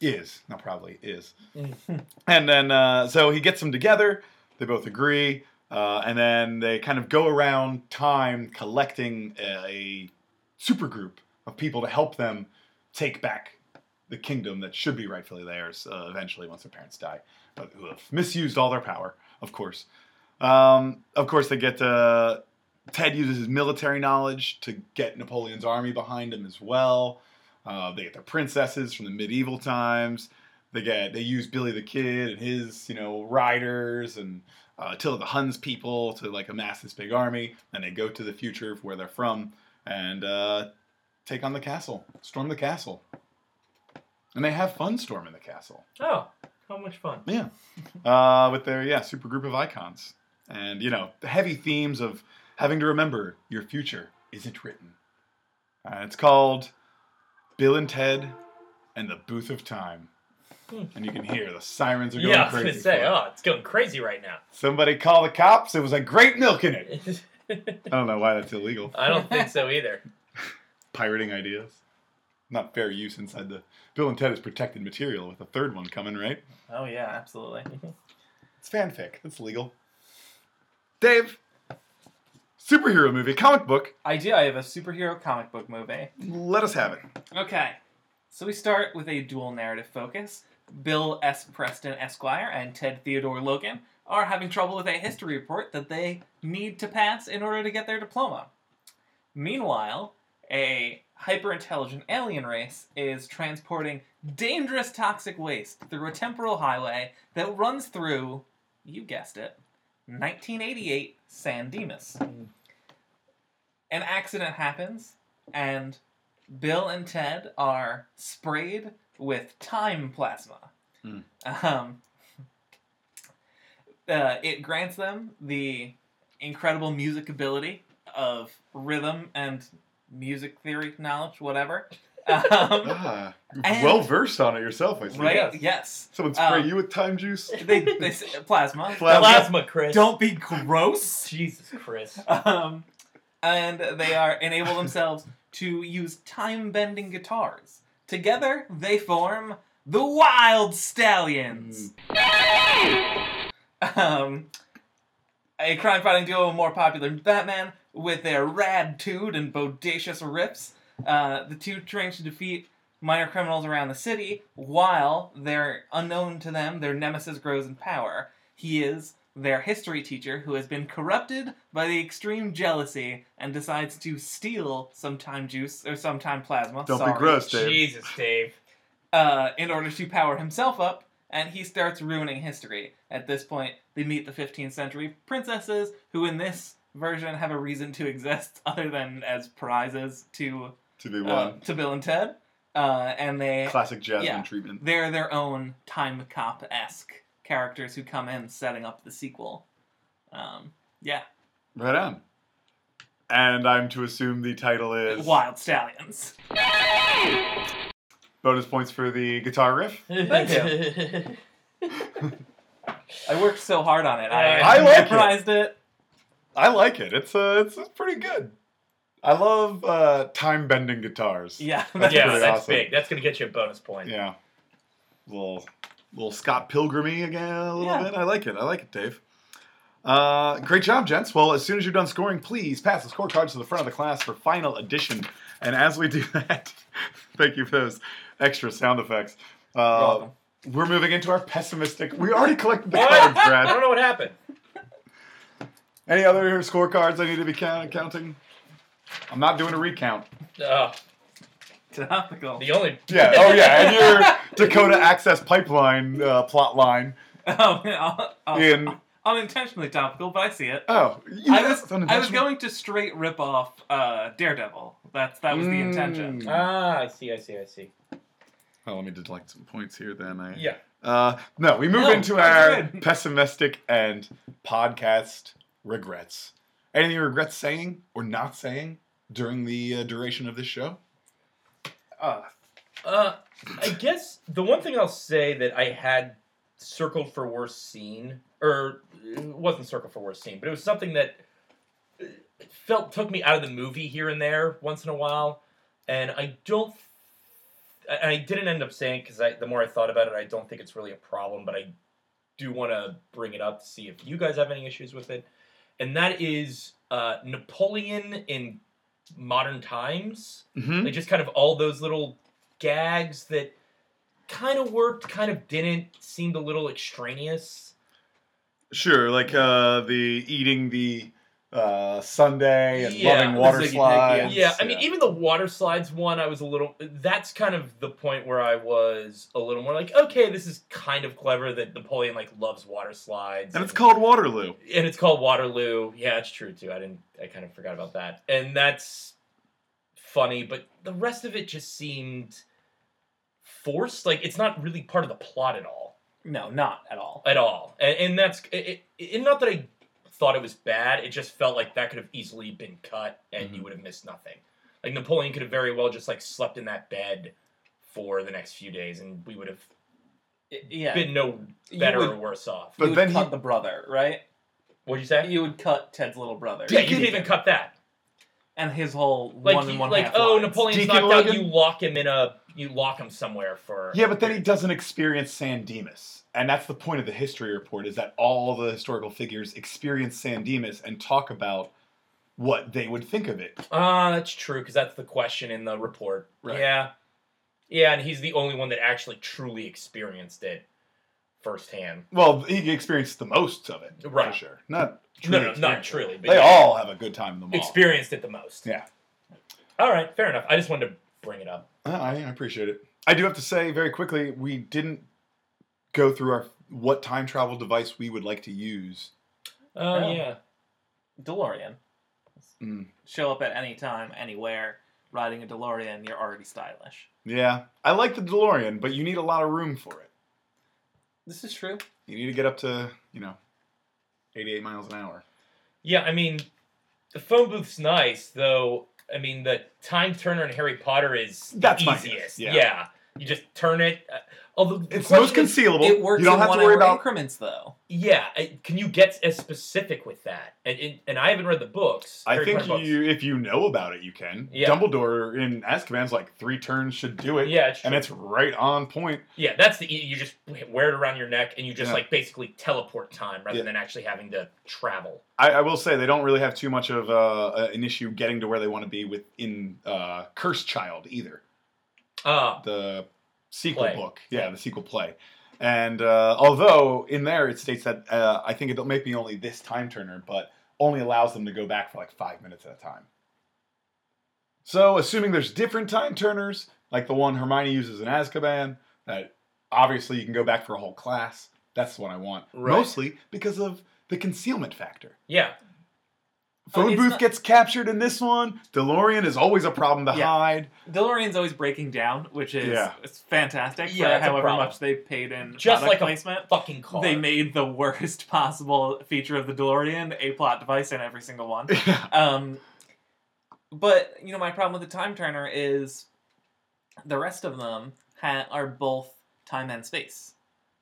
A: Is, not probably, is. and then, uh, so he gets them together. They both agree. Uh, and then they kind of go around time collecting a, a supergroup of people to help them take back the kingdom that should be rightfully theirs uh, eventually once their parents die, but who have misused all their power, of course. Um, of course, they get uh, Ted uses his military knowledge to get Napoleon's army behind him as well. Uh, they get the princesses from the medieval times. They get they use Billy the Kid and his you know riders and uh, Attila the Huns people to like amass this big army. And they go to the future of where they're from and uh, take on the castle, storm the castle, and they have fun storming the castle.
B: Oh, how much fun.
A: Yeah. Uh, with their yeah super group of icons, and you know the heavy themes of having to remember your future isn't written. Uh, it's called Bill and Ted and the Booth of Time,
B: Hmm.
A: and you can hear the sirens are going
B: yeah, I was
A: crazy.
B: gonna say,
A: for it.
B: oh, it's going crazy right now.
A: Somebody call the cops. It was a great milk in it. I don't know why that's illegal.
B: I don't think so either.
A: Pirating ideas, not fair use inside the Bill and Ted is protected material. With a third one coming, right?
C: Oh yeah, absolutely.
A: It's fanfic. It's legal. Dave, superhero movie, comic book.
C: I do. I have a superhero comic book movie.
A: Let us have it.
C: Okay, so we start with a dual narrative focus. Bill S. Preston Esquire and Ted Theodore Logan are having trouble with a history report that they need to pass in order to get their diploma. Meanwhile, a hyper intelligent alien race is transporting dangerous toxic waste through a temporal highway that runs through, you guessed it, 1988 San Dimas. An accident happens, and Bill and Ted are sprayed with time plasma.
A: Mm.
C: Um, uh, it grants them the incredible music ability of rhythm and music theory knowledge, whatever. Um,
A: Ah,
C: And-
A: well versed on it yourself, I see.
C: right?
B: Yes.
C: Yes.
A: Someone spray
C: Um,
A: you with time juice.
C: They, they s- plasma.
A: Plasma.
B: Plasma, Chris.
C: Don't be gross.
B: Jesus, Chris.
C: Um, and they are enable themselves to use time bending guitars. Together, they form the Wild Stallions. Um, a crime fighting duo more popular than Batman, with their rad tude and bodacious riffs, uh, the two train to defeat minor criminals around the city, while they're unknown to them, their nemesis grows in power. He is their history teacher who has been corrupted by the extreme jealousy and decides to steal some time juice or some time plasma.
A: Don't
C: sorry,
A: be gross, Dave.
B: Jesus, Dave.
C: Uh, in order to power himself up, and he starts ruining history. At this point, they meet the 15th century princesses, who in this version have a reason to exist other than as prizes to
A: To be
C: uh,
A: one.
C: to Bill and Ted, uh, and they
A: Classic Jasmine
C: yeah.
A: treatment.
C: they're their own time cop esque characters who come in setting up the sequel. Um, yeah,
A: Right on. And I'm to assume the title is
C: Wild Stallions.
A: bonus points for the guitar riff.
C: Thank
B: you.
C: I worked so hard on it. I,
B: I
A: like it.
C: memorized it.
A: I like it. It's uh, it's, it's pretty good. I love uh, time bending guitars.
C: Yeah,
A: That's
B: yeah,
A: pretty
B: that's
A: awesome.
B: big. That's gonna get you a bonus point.
A: Yeah. Little little Scott Pilgrimy again a little
C: Yeah.
A: bit. I like it. I like it, Dave. Uh, great job, gents. Well, as soon as you're done scoring, please pass the scorecards to the front of the class for final addition. And as we do that, thank you for those extra sound effects. Uh,
C: welcome.
A: we're moving into our pessimistic. We already collected the
B: What?
A: cards,
B: I don't
A: Brad.
B: know what happened.
A: Any other scorecards I need to be count- counting? I'm not doing a recount.
B: Uh,
C: Topical.
B: the only
A: Yeah. Oh, yeah. And your Dakota Access Pipeline uh, plot line
C: Oh, yeah, oh,
A: in
C: unintentionally topical, but I see it.
A: Oh, you
C: I was I was going to straight rip off uh, Daredevil. That's that was the intention.
A: Mm.
B: Ah, I see, I see, I see.
A: Well, Oh, let me deduct some points here. Then I.
B: Yeah.
A: Uh, no, we move
C: No,
A: into
C: that was
A: our
C: good.
A: pessimistic and podcast regrets. Anything you regret saying or not saying during the uh, duration of this show?
C: Uh,
B: Uh, I guess the one thing I'll say that I had circled for worst scene, or it wasn't circled for worst scene, but it was something that uh, felt took me out of the movie here and there once in a while, and I don't. I- I didn't end up saying because I the more I thought about it, I don't think it's really a problem, but I do want to bring it up to see if you guys have any issues with it, and that is uh, Napoleon in modern times.
A: Mm-hmm.
B: Like just kind of all those little gags that kind of worked, kind of didn't, seemed a little extraneous.
A: Sure, like uh, the eating the uh, Sunday and
B: Yeah,
A: loving
B: the
A: water
C: Ziggy Pig,
A: slides.
B: Yeah, I mean, even the water slides one, I was a little. That's kind of the point where I was a little more like, okay, this is kind of clever that Napoleon like loves water slides,
A: and it's called Waterloo.
B: and it's called Waterloo. Yeah, it's true too. I didn't. I kind of forgot about that, and that's funny. But the rest of it just seemed forced. Like it's not really part of the plot at all.
C: no, not at all.
B: at all. And, and that's it, it, and not that I thought it was bad. It just felt like that could have easily been cut, and
C: Mm-hmm.
B: you would have missed nothing. Like Napoleon could have very well just like slept in that bed for the next few days, and we would have
C: yeah,
B: been no
C: You
B: better
C: would-
B: or worse off.
A: But
C: you would
A: then he-
C: cut the brother, right?
B: What'd you say?
C: You would cut Ted's little brother.
B: yeah, you didn't even cut that.
C: And his whole
B: Like,
C: one
B: you-
C: and one
B: like
C: half
B: oh,
C: lines.
B: Napoleon's
A: Deacon
B: knocked out.
A: Logan?
B: You lock him in a. You lock him somewhere for.
A: Yeah, but then he doesn't experience San Dimas. And that's the point of the history report is that all the historical figures experience San Dimas and talk about what they would think of it.
B: Ah, that's true because that's the question in the report.
A: Right.
B: Yeah, yeah, and he's the only one that actually truly experienced it firsthand.
A: Well, he experienced the most of it.
B: Right.
A: For sure. Not
B: No,
A: truly
B: no, not
A: experienced.
B: truly. But
A: They
B: yeah,
A: all have a good time in the mall.
B: experienced it the most.
A: Yeah.
B: All right, fair enough. I just wanted to bring it up.
A: Uh, I, I appreciate it. I do have to say very quickly, we didn't go through our what time travel device we would like to use.
B: Oh
C: Yeah.
B: yeah.
C: DeLorean.
A: Mm.
C: Show up at any time, anywhere. Riding a DeLorean, you're already stylish.
A: Yeah. I like the DeLorean, but you need a lot of room for it.
C: This is true.
A: You need to get up to, you know, 88 miles an hour.
B: Yeah, I mean, the phone booth's nice though. I mean, the time turner in Harry Potter is the
A: That's my guess,
B: easiest.
A: yeah.
B: You just turn it. Uh, Although the
A: It's
B: question
A: most
B: is-
A: concealable.
C: It works
A: you don't
C: in
A: have
C: one
A: to worry
C: hour
A: about.
C: increments though.
B: Yeah, I- can you get as specific with that? And and, and I haven't read the books.
A: I
B: Harry
A: think
B: Potter books.
A: you, if you know about it, you can.
B: Yeah.
A: Dumbledore in Azkaban's like three turns should do it.
B: Yeah, it's true.
A: And it's right on point.
B: yeah, that's the you just wear it around your neck and you just
A: Yeah.
B: like basically teleport time rather
A: Yeah.
B: than actually having to travel.
A: I, I will say they don't really have too much of uh, an issue getting to where they want to be within uh, Cursed Child either.
B: Uh,
A: the sequel
B: Play.
A: book. Yeah, the sequel play. And uh, although in there it states that uh, I think it may be only this time turner, but only allows them to go back for like five minutes at a time. So, assuming there's different time turners, like the one Hermione uses in Azkaban, that obviously you can go back for a whole class. That's the one I want.
B: Right.
A: Mostly because of the concealment factor.
B: yeah,
A: Phone
C: it's
A: booth
C: not-
A: gets captured in this one. DeLorean is always a problem to
C: Yeah.
A: hide.
C: DeLorean's always breaking down, which is
A: Yeah.
C: it's fantastic
B: Yeah,
C: for
B: that's a
C: however
B: problem.
C: much they paid in
B: Just
C: product
B: like a
C: placement.
B: fucking car.
C: They made the worst possible feature of the DeLorean a plot device in every single one. Um, but you know, my problem with the time turner is the rest of them ha- are both time and space.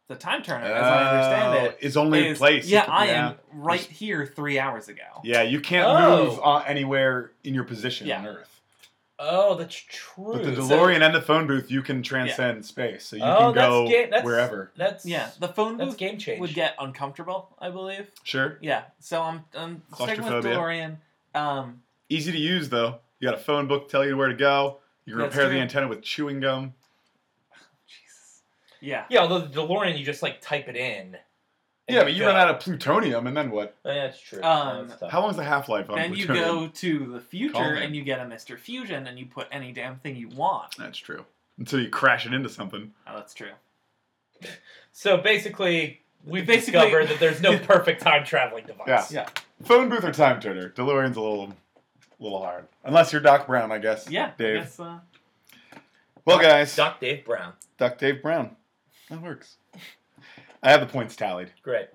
C: The time turner, as I understand it,
A: is Oh, Uh, only in
C: is-
A: place.
C: Yeah, I am right here three hours ago.
A: Yeah, you can't
B: Oh.
A: move uh, anywhere in your position on
C: Yeah.
A: Earth.
B: oh, that's true.
A: But the
B: So-
A: DeLorean and the phone booth, you can transcend space, so you
B: oh,
A: can go
B: that's ga- that's,
A: wherever.
B: That's
C: Yeah, the phone
B: that's
C: booth
B: game change.
C: would get uncomfortable, I believe.
A: Sure,
C: Yeah, so I'm, I'm sticking with
A: Claustrophobia.
C: DeLorean. Um,
A: easy to use though. You got a phone book tell you where to go. You can
C: That's
A: repair the
C: true.
A: antenna with chewing gum.
C: Jesus. Yeah.
B: yeah, although the DeLorean you just like type it in. Oh,
A: Yeah, but you run out of plutonium, and then what?
B: That's true.
C: Um,
B: That's tough.
A: How long's the half life on
C: Then you
A: plutonium?
C: go to the
A: Call
C: future
A: me.
C: and you get a Mr. Fusion and you put any damn thing you want.
A: That's true. Until you crash it into something.
C: Oh, that's true.
B: So basically, we
C: Basically-
B: discovered that there's no perfect time traveling device.
C: Yeah.
A: Phone booth or time turner. DeLorean's a little, little hard. Unless you're Doc Brown, I guess.
C: Yeah,
A: Dave.
C: I guess, uh,
A: Well, guys, Doc,
B: Doc Dave Brown.
A: Dave Brown. That works. I have the points tallied.
B: Great.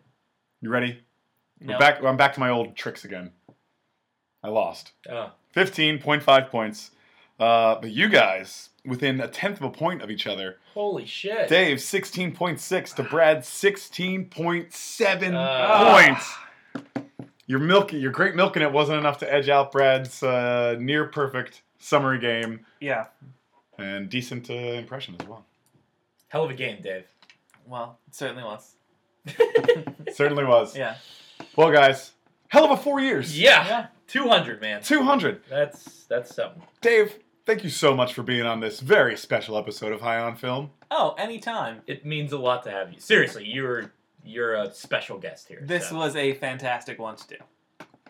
A: You ready? We're
C: no.
A: back. I'm back to my old tricks again. I lost
B: Oh,
A: 15.5 points. Uh, but you guys, within a tenth of a point of each other,
B: holy shit.
A: Dave 16.6 to Brad 16.7
B: Uh.
A: points. Your milk, your great milking it wasn't enough to edge out Brad's uh, near perfect summary game
C: Yeah.
A: and decent uh, impression as well.
B: Hell of a game, Dave.
C: Well, it certainly was.
A: Certainly was.
C: Yeah.
A: Well, guys, hell of a four years.
B: Yeah.
C: Yeah.
B: 200, man.
A: 200.
B: That's that's something.
A: Dave, thank you so much for being on this very special episode of High on Film.
C: Oh, anytime.
B: It means a lot to have you. Seriously, you're you're a special guest here.
C: This
B: so.
C: was a fantastic one to do.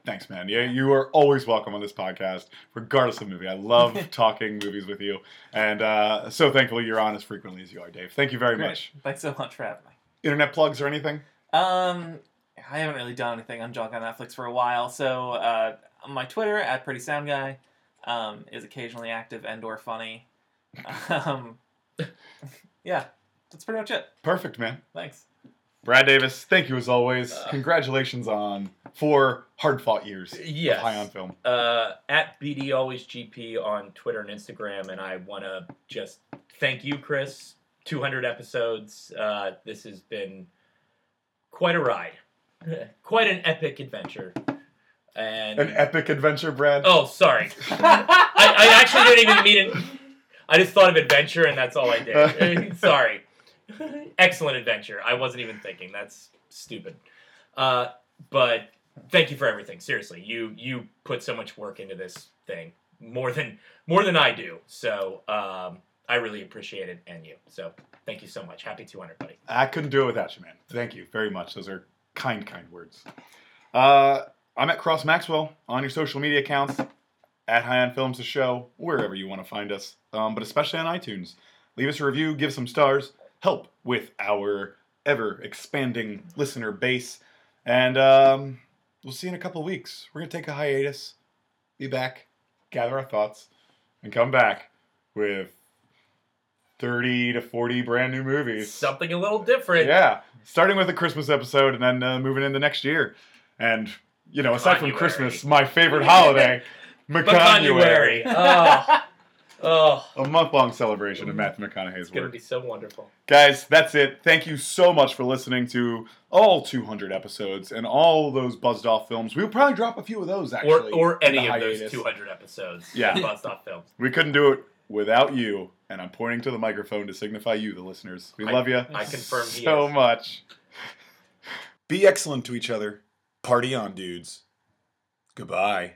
A: Thanks, man. Yeah, you are always welcome on this podcast, regardless of movie. I love talking movies with you, and uh, so thankful you're on as frequently as you are, Dave. Thank you very
C: Great.
A: much.
C: Thanks so much for having me.
A: Internet plugs or anything?
C: Um, I haven't really done anything on junk on Netflix for a while, so uh, my Twitter at Pretty Sound Guy um, is occasionally active and or funny. Um, yeah, that's pretty much it.
A: Perfect, man.
C: Thanks.
A: Brad Davis, thank you as always.
B: Uh.
A: Congratulations on four hard-fought years
B: Yes.
A: of High on Film.
B: uh, at BD Always GP on Twitter and Instagram, and I want to just thank you, Chris. 200 episodes. Uh, this has been quite a ride, quite an epic adventure. And
A: An epic adventure, Brad.
B: oh, sorry, I, I actually didn't even mean it. I just thought of adventure, and that's all I did. sorry. Excellent adventure. I wasn't even thinking. That's stupid. Uh, but thank you for everything. Seriously, you you put so much work into this thing more than more than I do. So um, I really appreciate it, and you. So thank you so much. Happy 200, buddy.
A: I couldn't do it without you, man. Thank you very much. Those are kind, kind words. Uh, I'm at Cross Maxwell on your social media accounts, at High on Films, the show, wherever you want to find us, um, but especially on iTunes. Leave us a review, give some stars, help with our ever expanding listener base. And um, we'll see you in a couple weeks. We're going to take a hiatus, be back, gather our thoughts, and come back with 30 to 40 brand new movies.
B: Something a little different.
A: Yeah, starting with a Christmas episode and then uh, moving into next year. And you know, aside from
B: Conuary.
A: Christmas, my favorite holiday,
B: But January.
A: McConuary.
B: Oh, Oh,
A: A month long celebration of Matthew McConaughey's
B: it's gonna
A: work.
B: be so wonderful.
A: Guys, that's it. Thank you so much for listening to all 200 episodes and all those buzzed off films. We'll probably drop a few of those actually.
B: or or
A: in the
B: any of those
A: hiatus.
B: 200 episodes.
A: Yeah.
B: Bust off films.
A: We couldn't do it without you, and I'm pointing to the microphone to signify you, the listeners. We
B: I-
A: love you
B: I confirm he
A: so
B: is.
A: much. Be excellent to each other. Party on, dudes. Goodbye.